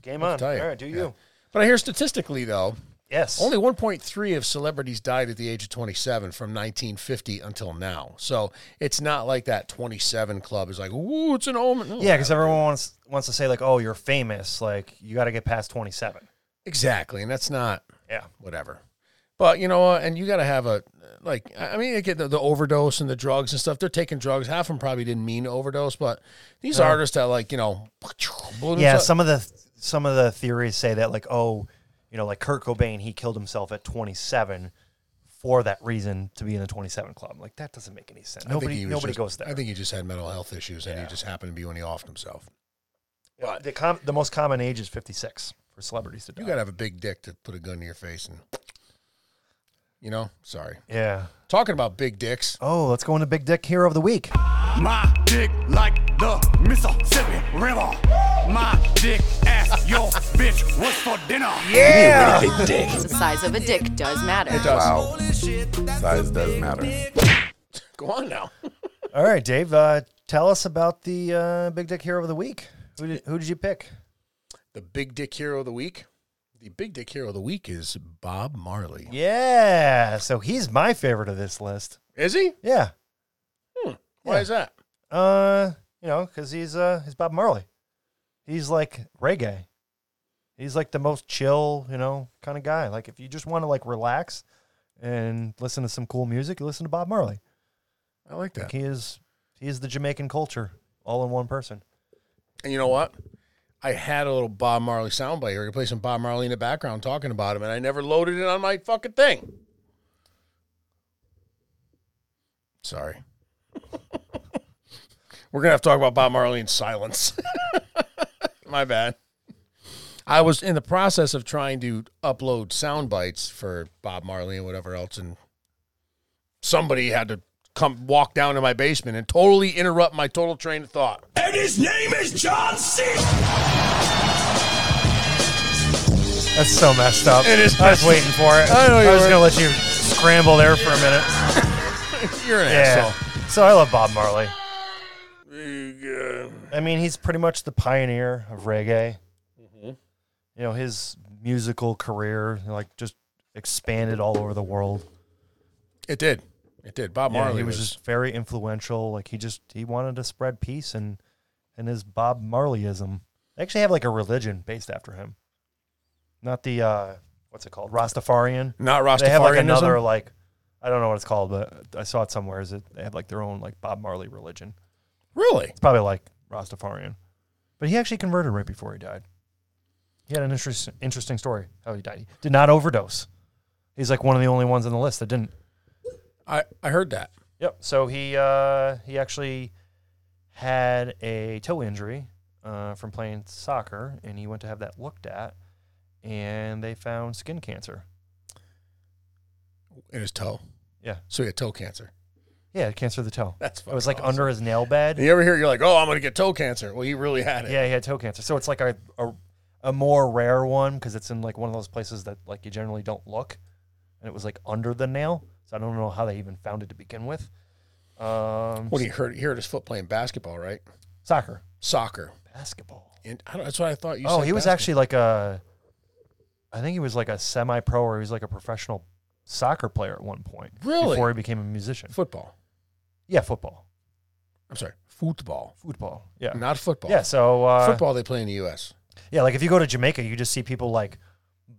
Speaker 2: Game on. All
Speaker 1: tell you.
Speaker 2: right, do you?
Speaker 1: But I hear statistically though,
Speaker 2: Yes.
Speaker 1: only 1.3 of celebrities died at the age of 27 from 1950 until now. So it's not like that 27 club is like, ooh, it's an omen. No.
Speaker 2: yeah, because everyone wants wants to say like, oh, you're famous. Like you got to get past 27.
Speaker 1: exactly, and that's not
Speaker 2: Yeah.
Speaker 1: whatever. But you know, what? and you got to have a like. I I mean, I get the, the overdose and the drugs and stuff. They're taking drugs. Half of them probably didn't mean to overdose, but these artists that like you know, blew
Speaker 2: Uh-huh. Yeah,
Speaker 1: themselves-
Speaker 2: some of the some of the theories say that like oh, you know, like Kurt Cobain, he killed himself at 27 for that reason to be in the 27 club. Like that doesn't make any sense.
Speaker 1: I think
Speaker 2: Nobody
Speaker 1: he was
Speaker 2: nobody
Speaker 1: just-
Speaker 2: goes there.
Speaker 1: I think he just had mental health issues, and he just happened to be when he offed himself.
Speaker 2: Yeah, Uh, the com- the most common age is 56 for celebrities to die.
Speaker 1: You got to have a big dick to put a gun to your face, and you know, sorry.
Speaker 2: yeah.
Speaker 1: Talking about big dicks,
Speaker 2: Oh, let's go into Big Dick Hero of the Week.
Speaker 6: My dick like the Mississippi River. My dick ass your bitch what's for dinner.
Speaker 7: The size of a dick does matter.
Speaker 8: Wow. Size does matter.
Speaker 1: go on now.
Speaker 2: All right, Dave, uh, tell us about the uh, Big Dick Hero of the Week. Who did, who did you pick?
Speaker 1: the big dick hero of the week. The big dick hero of the week is Bob Marley.
Speaker 2: Yeah, so he's my favorite of this list.
Speaker 1: Is he?
Speaker 2: Yeah,
Speaker 1: Hmm. Why
Speaker 2: Yeah.
Speaker 1: is that?
Speaker 2: Uh, you know, because he's uh he's Bob Marley. He's like reggae. He's like the most chill, you know, kind of guy. Like if you just want to like relax and listen to some cool music, you listen to Bob Marley.
Speaker 1: I like that.
Speaker 2: Like he is he is the Jamaican culture all in one person.
Speaker 1: And you know what? I had a little Bob Marley soundbite here. I could play some Bob Marley in the background talking about him, and I never loaded it on my fucking thing. Sorry. We're gonna have to talk about Bob Marley in silence. my bad. I was in the process of trying to upload sound bites for Bob Marley and whatever else, and somebody had to come walk down to my basement and totally interrupt my total train of thought.
Speaker 6: And his name is John C.
Speaker 2: That's so messed up.
Speaker 1: It is
Speaker 2: I was
Speaker 1: messed
Speaker 2: waiting for it.
Speaker 1: I know you
Speaker 2: was
Speaker 1: were.
Speaker 2: gonna let you scramble there for a minute.
Speaker 1: You're an
Speaker 2: Yeah.
Speaker 1: asshole.
Speaker 2: So I love Bob Marley.
Speaker 1: Yeah.
Speaker 2: I mean, he's pretty much the pioneer of reggae.
Speaker 1: Mm-hmm.
Speaker 2: You know, his musical career like just expanded all over the world.
Speaker 1: It did. It did. Bob Marley
Speaker 2: yeah, he was,
Speaker 1: was,
Speaker 2: just very influential. Like he just he wanted to spread peace and and his Bob Marleyism. They actually have like a religion based after him. Not the uh what's it called? Rastafarian.
Speaker 1: not Rastafarianism.
Speaker 2: They have like another like I don't know what it's called, but I saw it somewhere. Is it they have like their own like Bob Marley religion?
Speaker 1: really?
Speaker 2: It's probably like Rastafarian. But he actually converted right before he died. He had an interest, interesting story how he died. He did not overdose. He's like one of the only ones on the list that didn't.
Speaker 1: I, I heard that.
Speaker 2: Yep. So he uh, he actually had a toe injury uh, from playing soccer, and he went to have that looked at, and they found skin cancer.
Speaker 1: In his toe.
Speaker 2: Yeah.
Speaker 1: So he had toe cancer.
Speaker 2: Yeah, cancer of the toe.
Speaker 1: That's
Speaker 2: It was like
Speaker 1: fucking
Speaker 2: under his nail bed.
Speaker 1: And you ever hear you're like, oh, I'm gonna get toe cancer? Well, he really had it.
Speaker 2: Yeah, he had toe cancer. So it's like a a, a more rare one because it's in like one of those places that like you generally don't look, and it was like under the nail. So I don't know how they even found it to begin with. Um,
Speaker 1: What he heard? He heard his foot playing basketball, right?
Speaker 2: soccer.
Speaker 1: Soccer.
Speaker 2: basketball.
Speaker 1: And I don't, that's what I thought you
Speaker 2: oh,
Speaker 1: said
Speaker 2: he was
Speaker 1: basketball.
Speaker 2: actually like a, I think he was like a semi-pro or he was like a professional soccer player at one point.
Speaker 1: Really?
Speaker 2: Before he became a musician.
Speaker 1: football.
Speaker 2: yeah, football,
Speaker 1: I'm sorry, football,
Speaker 2: football. Yeah.
Speaker 1: not football.
Speaker 2: Yeah. So uh,
Speaker 1: football they play in the U.S.
Speaker 2: Yeah, like if you go to Jamaica, you just see people like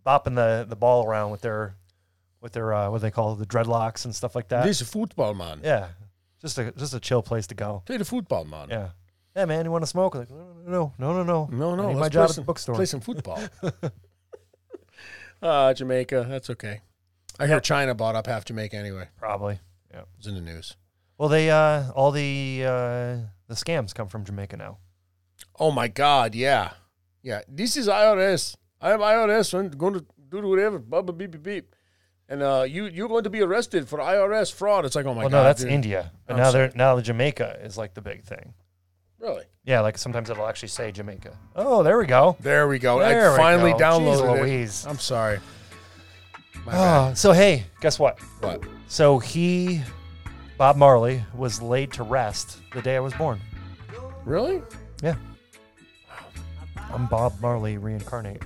Speaker 2: bopping the, the ball around with their with their uh, what do they call it, the dreadlocks and stuff like that.
Speaker 1: this is football, man.
Speaker 2: yeah, just a just a chill place to go.
Speaker 1: Play the football, man.
Speaker 2: Yeah, yeah, man, you want to smoke? Like, no, no, no, no, no,
Speaker 1: No, no.
Speaker 2: I need my
Speaker 1: let's
Speaker 2: job
Speaker 1: play
Speaker 2: at the
Speaker 1: some-
Speaker 2: bookstore.
Speaker 1: Play some football. uh, Jamaica. That's okay. I hear China bought up half Jamaica anyway.
Speaker 2: Probably. Yeah.
Speaker 1: It's in the news.
Speaker 2: Well, they uh, all the uh, the scams come from Jamaica now.
Speaker 1: Oh my God! Yeah, yeah. This is IRS. I am IRS. I'm going to do whatever. Blah blah beep beep beep. And uh, you you're going to be arrested for IRS fraud. It's like oh my
Speaker 2: well,
Speaker 1: God.
Speaker 2: no, that's
Speaker 1: dude.
Speaker 2: India, but
Speaker 1: I'm
Speaker 2: now
Speaker 1: sorry.
Speaker 2: they're now the Jamaica is like the big thing.
Speaker 1: Really?
Speaker 2: Yeah, like sometimes it'll actually say Jamaica. Oh, there we go.
Speaker 1: There we go.
Speaker 2: There
Speaker 1: I
Speaker 2: we
Speaker 1: finally
Speaker 2: go. Jeez
Speaker 1: downloaded it.
Speaker 2: Louise.
Speaker 1: I'm sorry. My bad.
Speaker 2: Ah, so hey, guess what?
Speaker 1: But
Speaker 2: So he, Bob Marley, was laid to rest the day I was born.
Speaker 1: really?
Speaker 2: Yeah. I'm Bob Marley reincarnate.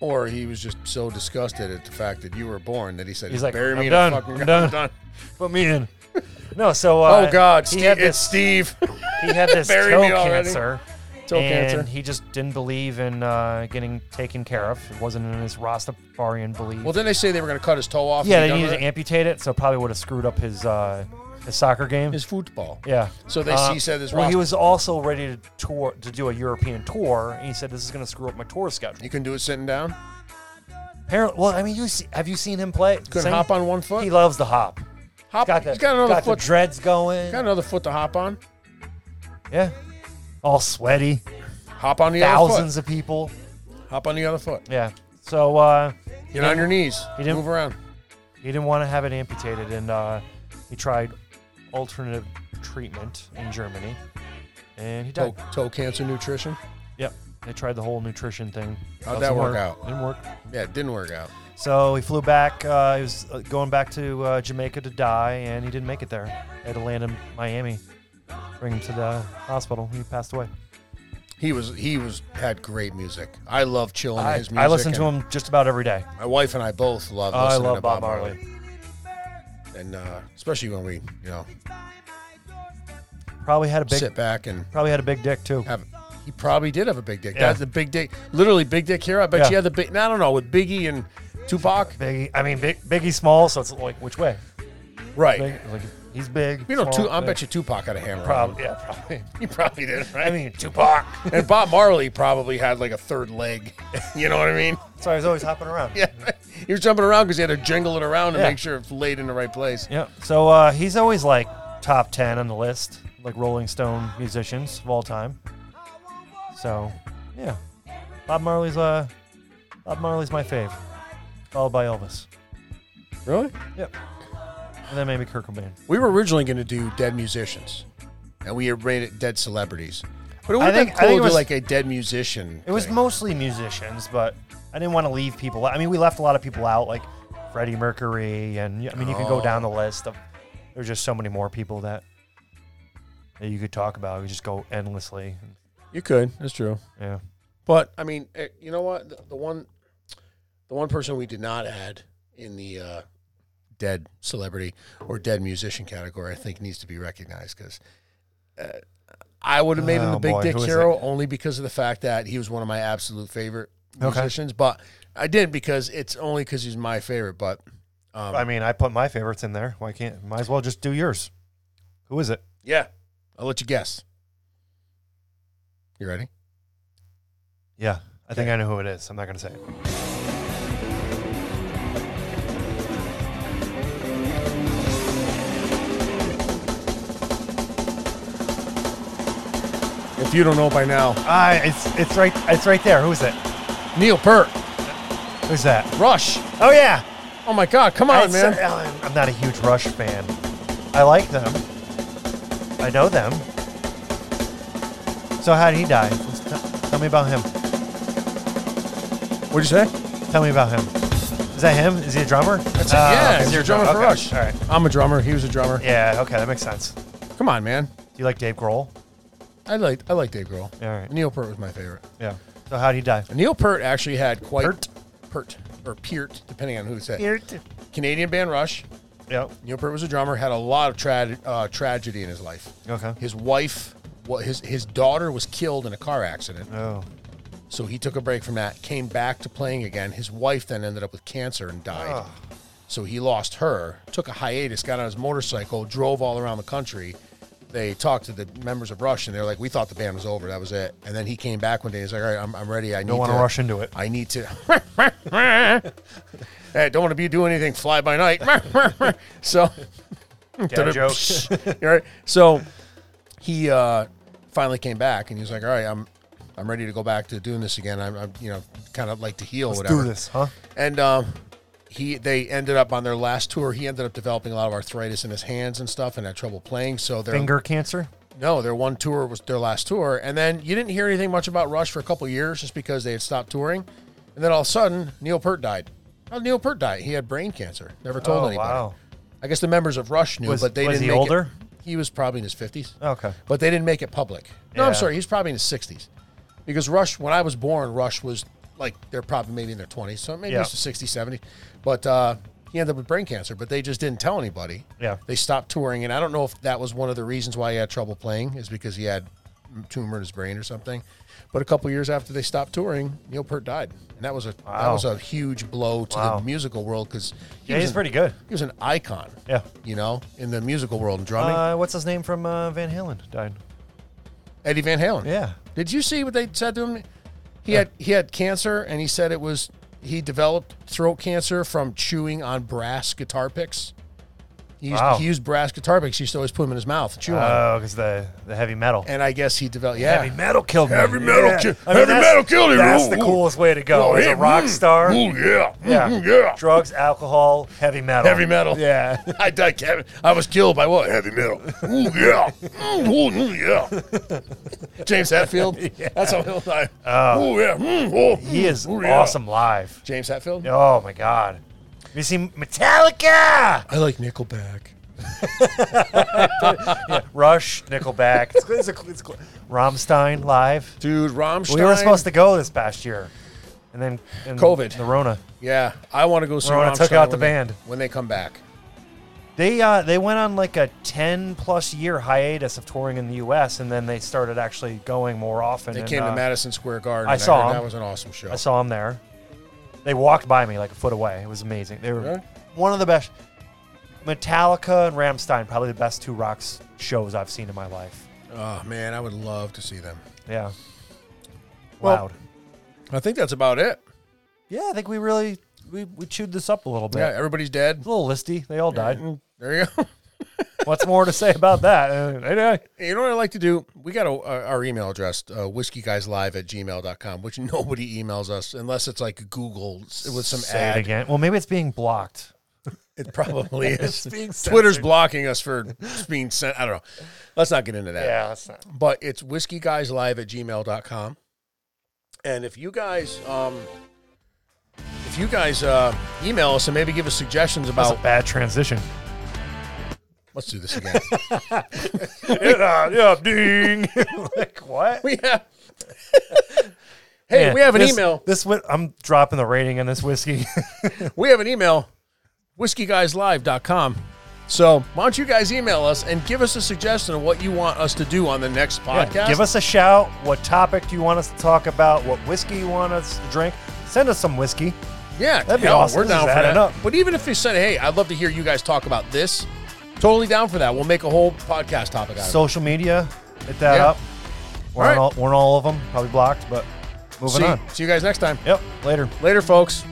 Speaker 1: Or he was just so disgusted at the fact that you were born that he said,
Speaker 2: He's like,
Speaker 1: "Bury me
Speaker 2: I'm
Speaker 1: in
Speaker 2: done.
Speaker 1: a fucking
Speaker 2: I'm
Speaker 1: ground."
Speaker 2: done. Put me in. No, so uh,
Speaker 1: oh God,
Speaker 2: he
Speaker 1: Steve,
Speaker 2: had
Speaker 1: it's
Speaker 2: this
Speaker 1: Steve.
Speaker 2: he had this
Speaker 1: Bury
Speaker 2: toe
Speaker 1: me already.
Speaker 2: cancer,
Speaker 1: Toe
Speaker 2: and
Speaker 1: cancer.
Speaker 2: he just didn't believe in uh, getting taken care of. It wasn't in his Rastafarian belief.
Speaker 1: well, then they say they were going to cut his toe off. and
Speaker 2: yeah,
Speaker 1: be
Speaker 2: they
Speaker 1: done
Speaker 2: needed
Speaker 1: with
Speaker 2: to
Speaker 1: it.
Speaker 2: amputate it, so probably would have screwed up his uh, his soccer game.
Speaker 1: his football.
Speaker 2: Yeah.
Speaker 1: So they- he said this
Speaker 2: Uh, Well, he
Speaker 1: roster-
Speaker 2: was also ready to tour to do a European tour, and he said this is going to screw up my tour schedule.
Speaker 1: You can do it sitting down.
Speaker 2: Apparently, well, I mean, you see, have you seen him play?
Speaker 1: Couldn't hop on one foot.
Speaker 2: He loves to hop.
Speaker 1: hop.
Speaker 2: Got the,
Speaker 1: he's got another
Speaker 2: got the
Speaker 1: foot.
Speaker 2: dreads going.
Speaker 1: got another foot to hop on.
Speaker 2: yeah, all sweaty.
Speaker 1: Hop on the other
Speaker 2: Thousands of people.
Speaker 1: foot. Hop on the other foot.
Speaker 2: Yeah. So uh,
Speaker 1: Get on your knees.
Speaker 2: He didn't-
Speaker 1: Move around.
Speaker 2: he didn't want to have it amputated, and uh, he tried alternative treatment in Germany, and he died.
Speaker 1: Toe, toe cancer nutrition.
Speaker 2: Yep. They tried the whole nutrition thing.
Speaker 1: How'd
Speaker 2: Doesn't
Speaker 1: that work out?
Speaker 2: Didn't work.
Speaker 1: Yeah, it didn't work out.
Speaker 2: So he flew back. Uh, he was uh, going back to uh, Jamaica to die, and he didn't make it there. They had to land in Miami, bring him to the hospital. He passed away.
Speaker 1: He was he was had great music. I love chilling to
Speaker 2: I,
Speaker 1: his music.
Speaker 2: I listen to
Speaker 1: and
Speaker 2: him just about every day.
Speaker 1: My wife and I both love
Speaker 2: Oh, I
Speaker 1: listening
Speaker 2: love
Speaker 1: to
Speaker 2: Bob Marley.
Speaker 1: and uh, especially when we you know
Speaker 2: Probably had a big,
Speaker 1: sit Uh, back and
Speaker 2: probably had a big dick too.
Speaker 1: have. He probably did have a big dick.
Speaker 2: Yeah.
Speaker 1: That's the big dick, literally big dick hero. I bet
Speaker 2: Yeah.
Speaker 1: you had the big. I don't know with Biggie and Tupac.
Speaker 2: Biggie, I mean big, Biggie Small. So it's like which way?
Speaker 1: Right.
Speaker 2: Big, like, he's big.
Speaker 1: you know,
Speaker 2: small,
Speaker 1: tu- I
Speaker 2: big.
Speaker 1: bet you Tupac had a hammer. on him.
Speaker 2: Probably, yeah, probably.
Speaker 1: He probably did. Right?
Speaker 2: I mean Tupac.
Speaker 1: and Bob Marley probably had like a third leg. You know what I mean?
Speaker 2: so I was always hopping around.
Speaker 1: Yeah. He was jumping around because he had to jingle it around and
Speaker 2: Yeah.
Speaker 1: make sure it's laid in the right place.
Speaker 2: Yeah. So uh, he's always like top 10 on the list, like Rolling Stone musicians of all time. So, yeah. Bob Marley's uh Bob Marley's my fave, followed by Elvis.
Speaker 1: Really?
Speaker 2: Yep. And then maybe Kurt Cobain.
Speaker 1: We were originally going to do dead musicians, and we had made it dead celebrities. But it would
Speaker 2: I
Speaker 1: have been
Speaker 2: think- I think
Speaker 1: cool
Speaker 2: it
Speaker 1: to
Speaker 2: was-
Speaker 1: like a dead musician.
Speaker 2: It was
Speaker 1: thing.
Speaker 2: mostly musicians, but I didn't want to leave people out. I mean, we left a lot of people out, like Freddie Mercury, and I mean, you could go down the list of there's just so many more people that, that you could talk about. You just go endlessly.
Speaker 1: you could. That's true.
Speaker 2: Yeah.
Speaker 1: But I mean, eh, you know what? The, the one, the one person we did not add in the uh, dead celebrity or dead musician category, I think, needs to be recognized because uh, I would have made him the
Speaker 2: Oh,
Speaker 1: big
Speaker 2: boy,
Speaker 1: dick
Speaker 2: who is
Speaker 1: hero only because of the fact that he was one of my absolute favorite
Speaker 2: Okay.
Speaker 1: musicians. But I didn't because it's only because he's my favorite. But
Speaker 2: I mean, I put my favorites in there. Why can't? Might as well just do yours. Who is it?
Speaker 1: yeah, I'll let you guess. You ready?
Speaker 2: Yeah, I think I know who it is. I'm not gonna say it.
Speaker 1: If you don't know by now,
Speaker 2: Ah, it's it's right it's right there. Who is it?
Speaker 1: Neil Peart,
Speaker 2: Who's that?
Speaker 1: Rush.
Speaker 2: Oh yeah,
Speaker 1: Oh my God, come on,
Speaker 2: I'd
Speaker 1: man.
Speaker 2: say- oh, I'm- I'm not a huge Rush fan. I like them. I know them. So how did he die? Let's t- tell me about him.
Speaker 1: What'd you say?
Speaker 2: Tell me about him. Is that him? Is he a drummer? That's
Speaker 1: it. yeah, he's
Speaker 2: you're
Speaker 1: a drummer for Rush.
Speaker 2: Um, All right.
Speaker 1: I'm a drummer. He was a drummer.
Speaker 2: Yeah. Okay, that makes sense.
Speaker 1: Come on, man.
Speaker 2: Do you like Dave Grohl?
Speaker 1: I like I like Dave Grohl.
Speaker 2: All right.
Speaker 1: Neil Peart was my favorite.
Speaker 2: Yeah. So how'd he die?
Speaker 1: Neil Peart actually had quite
Speaker 2: Peart?
Speaker 1: Peart or Peart, depending on who it's at. Canadian band Rush.
Speaker 2: Yep.
Speaker 1: Neil Peart was a drummer. Had a lot of tra- uh, tragedy in his life.
Speaker 2: Okay.
Speaker 1: His wife, well, his his daughter was killed in a car accident.
Speaker 2: Oh.
Speaker 1: So he took a break from that, came back to playing again. His wife then ended up with cancer and died.
Speaker 2: Ah.
Speaker 1: So he lost her, took a hiatus, got on his motorcycle, drove all around the country. They talked to the members of Rush, and they're like, "We thought the band was over. That was it." And then he came back one day. He's like, "All right, I'm, I'm ready. I need
Speaker 2: Don't want to
Speaker 1: to-
Speaker 2: rush into it.
Speaker 1: I need to. hey, don't want to be doing anything fly by night. so,
Speaker 2: Dad jokes.
Speaker 1: all right. So he uh, finally came back and he was like, "All right, I'm I'm ready to go back to doing this again. I'm, I'm you know kind of like to heal,
Speaker 2: Let's
Speaker 1: whatever."
Speaker 2: do this, huh?
Speaker 1: And um, he they ended up on their last tour. He ended up developing a lot of arthritis in his hands and stuff, and had trouble playing. So their
Speaker 2: Finger cancer.
Speaker 1: no, their one tour was their last tour, and then you didn't hear anything much about Rush for a couple years just because they had stopped touring, and then all of a sudden Neil Peart died. How did Neil Peart die? He had brain cancer. Never told
Speaker 2: Oh,
Speaker 1: anybody.
Speaker 2: wow.
Speaker 1: I guess the members of Rush knew,
Speaker 2: Was-
Speaker 1: but they
Speaker 2: was
Speaker 1: didn't.
Speaker 2: he
Speaker 1: make it-
Speaker 2: older?
Speaker 1: He was probably in his fifties.
Speaker 2: Okay.
Speaker 1: But they didn't make it public. No, I'm
Speaker 2: Yeah.
Speaker 1: sorry. He's probably in his 60s. Because Rush, when I was born, Rush was like, they're probably maybe in their 20s. So maybe
Speaker 2: Yeah.
Speaker 1: it's 60, 70. But uh, he ended up with brain cancer, but they just didn't tell anybody.
Speaker 2: Yeah.
Speaker 1: They stopped touring. And I don't know if that was one of the reasons why he had trouble playing, is because he had a tumor in his brain or something. But a couple years after they stopped touring, Neil Peart died. And that was a that
Speaker 2: Wow.
Speaker 1: was a huge blow to
Speaker 2: Wow.
Speaker 1: the musical world because
Speaker 2: Yeah, he's pretty good.
Speaker 1: He was an icon.
Speaker 2: Yeah.
Speaker 1: You know, in the musical world and drumming.
Speaker 2: Uh, what's his name from uh, Van Halen? Died.
Speaker 1: Eddie Van Halen.
Speaker 2: Yeah.
Speaker 1: Did you see what they said to him? He had he had cancer, and he said it was he developed throat cancer from chewing on brass guitar picks. He used,
Speaker 2: Wow.
Speaker 1: he used brass guitar picks. He used to always put them in his mouth, and chew on. 'em.
Speaker 2: Oh, because the the heavy metal.
Speaker 1: And I guess he developed. Yeah,
Speaker 2: Heavy metal killed me. Heavy
Speaker 1: metal ki- heavy metal killed him.
Speaker 2: That's
Speaker 1: Ooh,
Speaker 2: the
Speaker 1: ooh.
Speaker 2: coolest way to go.
Speaker 1: Oh,
Speaker 2: as
Speaker 1: hey,
Speaker 2: a rock
Speaker 1: mm,
Speaker 2: star.
Speaker 1: yeah,
Speaker 2: yeah.
Speaker 1: Mm, yeah.
Speaker 2: Drugs, alcohol, heavy metal.
Speaker 1: Heavy metal.
Speaker 2: Yeah.
Speaker 1: I died. Kevin. I was killed by what? Heavy metal. Ooh, yeah. Mm, ooh, mm, yeah. James Hetfield. That's how he'll die.
Speaker 2: Uh,
Speaker 1: ooh, yeah. Mm, oh, mm,
Speaker 2: He is
Speaker 1: ooh, yeah.
Speaker 2: awesome live.
Speaker 1: James Hetfield.
Speaker 2: Oh my god. Have you seen Metallica?
Speaker 1: I like Nickelback.
Speaker 2: Rush, Nickelback. It's, it's, a- it's cool. Rammstein live.
Speaker 1: Dude, Rammstein.
Speaker 2: We were supposed to go this past year, and then and
Speaker 1: COVID.
Speaker 2: the Rona.
Speaker 1: Yeah, I want to go see.
Speaker 2: Rona
Speaker 1: Rammstein
Speaker 2: took out the
Speaker 1: when they-
Speaker 2: band.
Speaker 1: when they come back.
Speaker 2: They uh, they went on like a ten plus year hiatus of touring in the U.S. and then they started actually going more often.
Speaker 1: They
Speaker 2: and,
Speaker 1: came
Speaker 2: uh,
Speaker 1: to Madison Square Garden.
Speaker 2: I
Speaker 1: and
Speaker 2: saw
Speaker 1: heard
Speaker 2: 'em.
Speaker 1: that was an awesome show.
Speaker 2: I saw them there. They walked by me like a foot away. It was amazing. They were
Speaker 1: Really?
Speaker 2: one of the best. Metallica and Ramstein, probably the best two rocks shows I've seen in my life.
Speaker 1: Oh man, I would love to see them.
Speaker 2: Yeah.
Speaker 1: Well-
Speaker 2: Loud.
Speaker 1: I think that's about it.
Speaker 2: Yeah, I think we really we, we chewed this up a little bit.
Speaker 1: Yeah, everybody's dead.
Speaker 2: It's a little listy. They all died.
Speaker 1: There you go.
Speaker 2: What's more to say about that? Uh, they died.
Speaker 1: You know what I like to do? We got a, uh, our email address, uh, whiskeyguyslive at gmail.com, which nobody emails us unless it's like Google s- with some
Speaker 2: Say
Speaker 1: ad.
Speaker 2: it again. Well, maybe it's being blocked.
Speaker 1: It probably is.
Speaker 2: being
Speaker 1: Twitter's blocking us for being sent. I don't know. Let's not get into that.
Speaker 2: that's not.
Speaker 1: but it's whiskeyguyslive at gmail.com. And if you guys, um, if you guys uh, email us and maybe give us suggestions
Speaker 2: That's a
Speaker 1: about,
Speaker 2: bad transition.
Speaker 1: let's do this again.
Speaker 2: yeah, yeah, ding. like what?
Speaker 1: we have, hey,
Speaker 2: Man,
Speaker 1: we have an
Speaker 2: this-
Speaker 1: email.
Speaker 2: This wi- I'm dropping the rating on this whiskey.
Speaker 1: We have an email, whiskeyguyslive.com. So why don't you guys email us and give us a suggestion of what you want us to do on the next podcast?
Speaker 2: Yeah, Give us a shout. What topic do you want us to talk about? What whiskey you want us to drink? Send us some whiskey.
Speaker 1: Yeah,
Speaker 2: That'd be
Speaker 1: hell,
Speaker 2: awesome.
Speaker 1: We're
Speaker 2: This is
Speaker 1: down for
Speaker 2: adding
Speaker 1: that.
Speaker 2: up.
Speaker 1: But even if they said, "Hey, I'd love to hear you guys talk about this," totally down for that. We'll make a whole podcast topic out of it.
Speaker 2: Social media, hit that
Speaker 1: Yeah.
Speaker 2: up. We're,
Speaker 1: All
Speaker 2: on
Speaker 1: right.
Speaker 2: all, we're on all of them. Probably blocked, but moving
Speaker 1: see,
Speaker 2: on.
Speaker 1: see you guys next time.
Speaker 2: Yep. Later.
Speaker 1: Later, folks.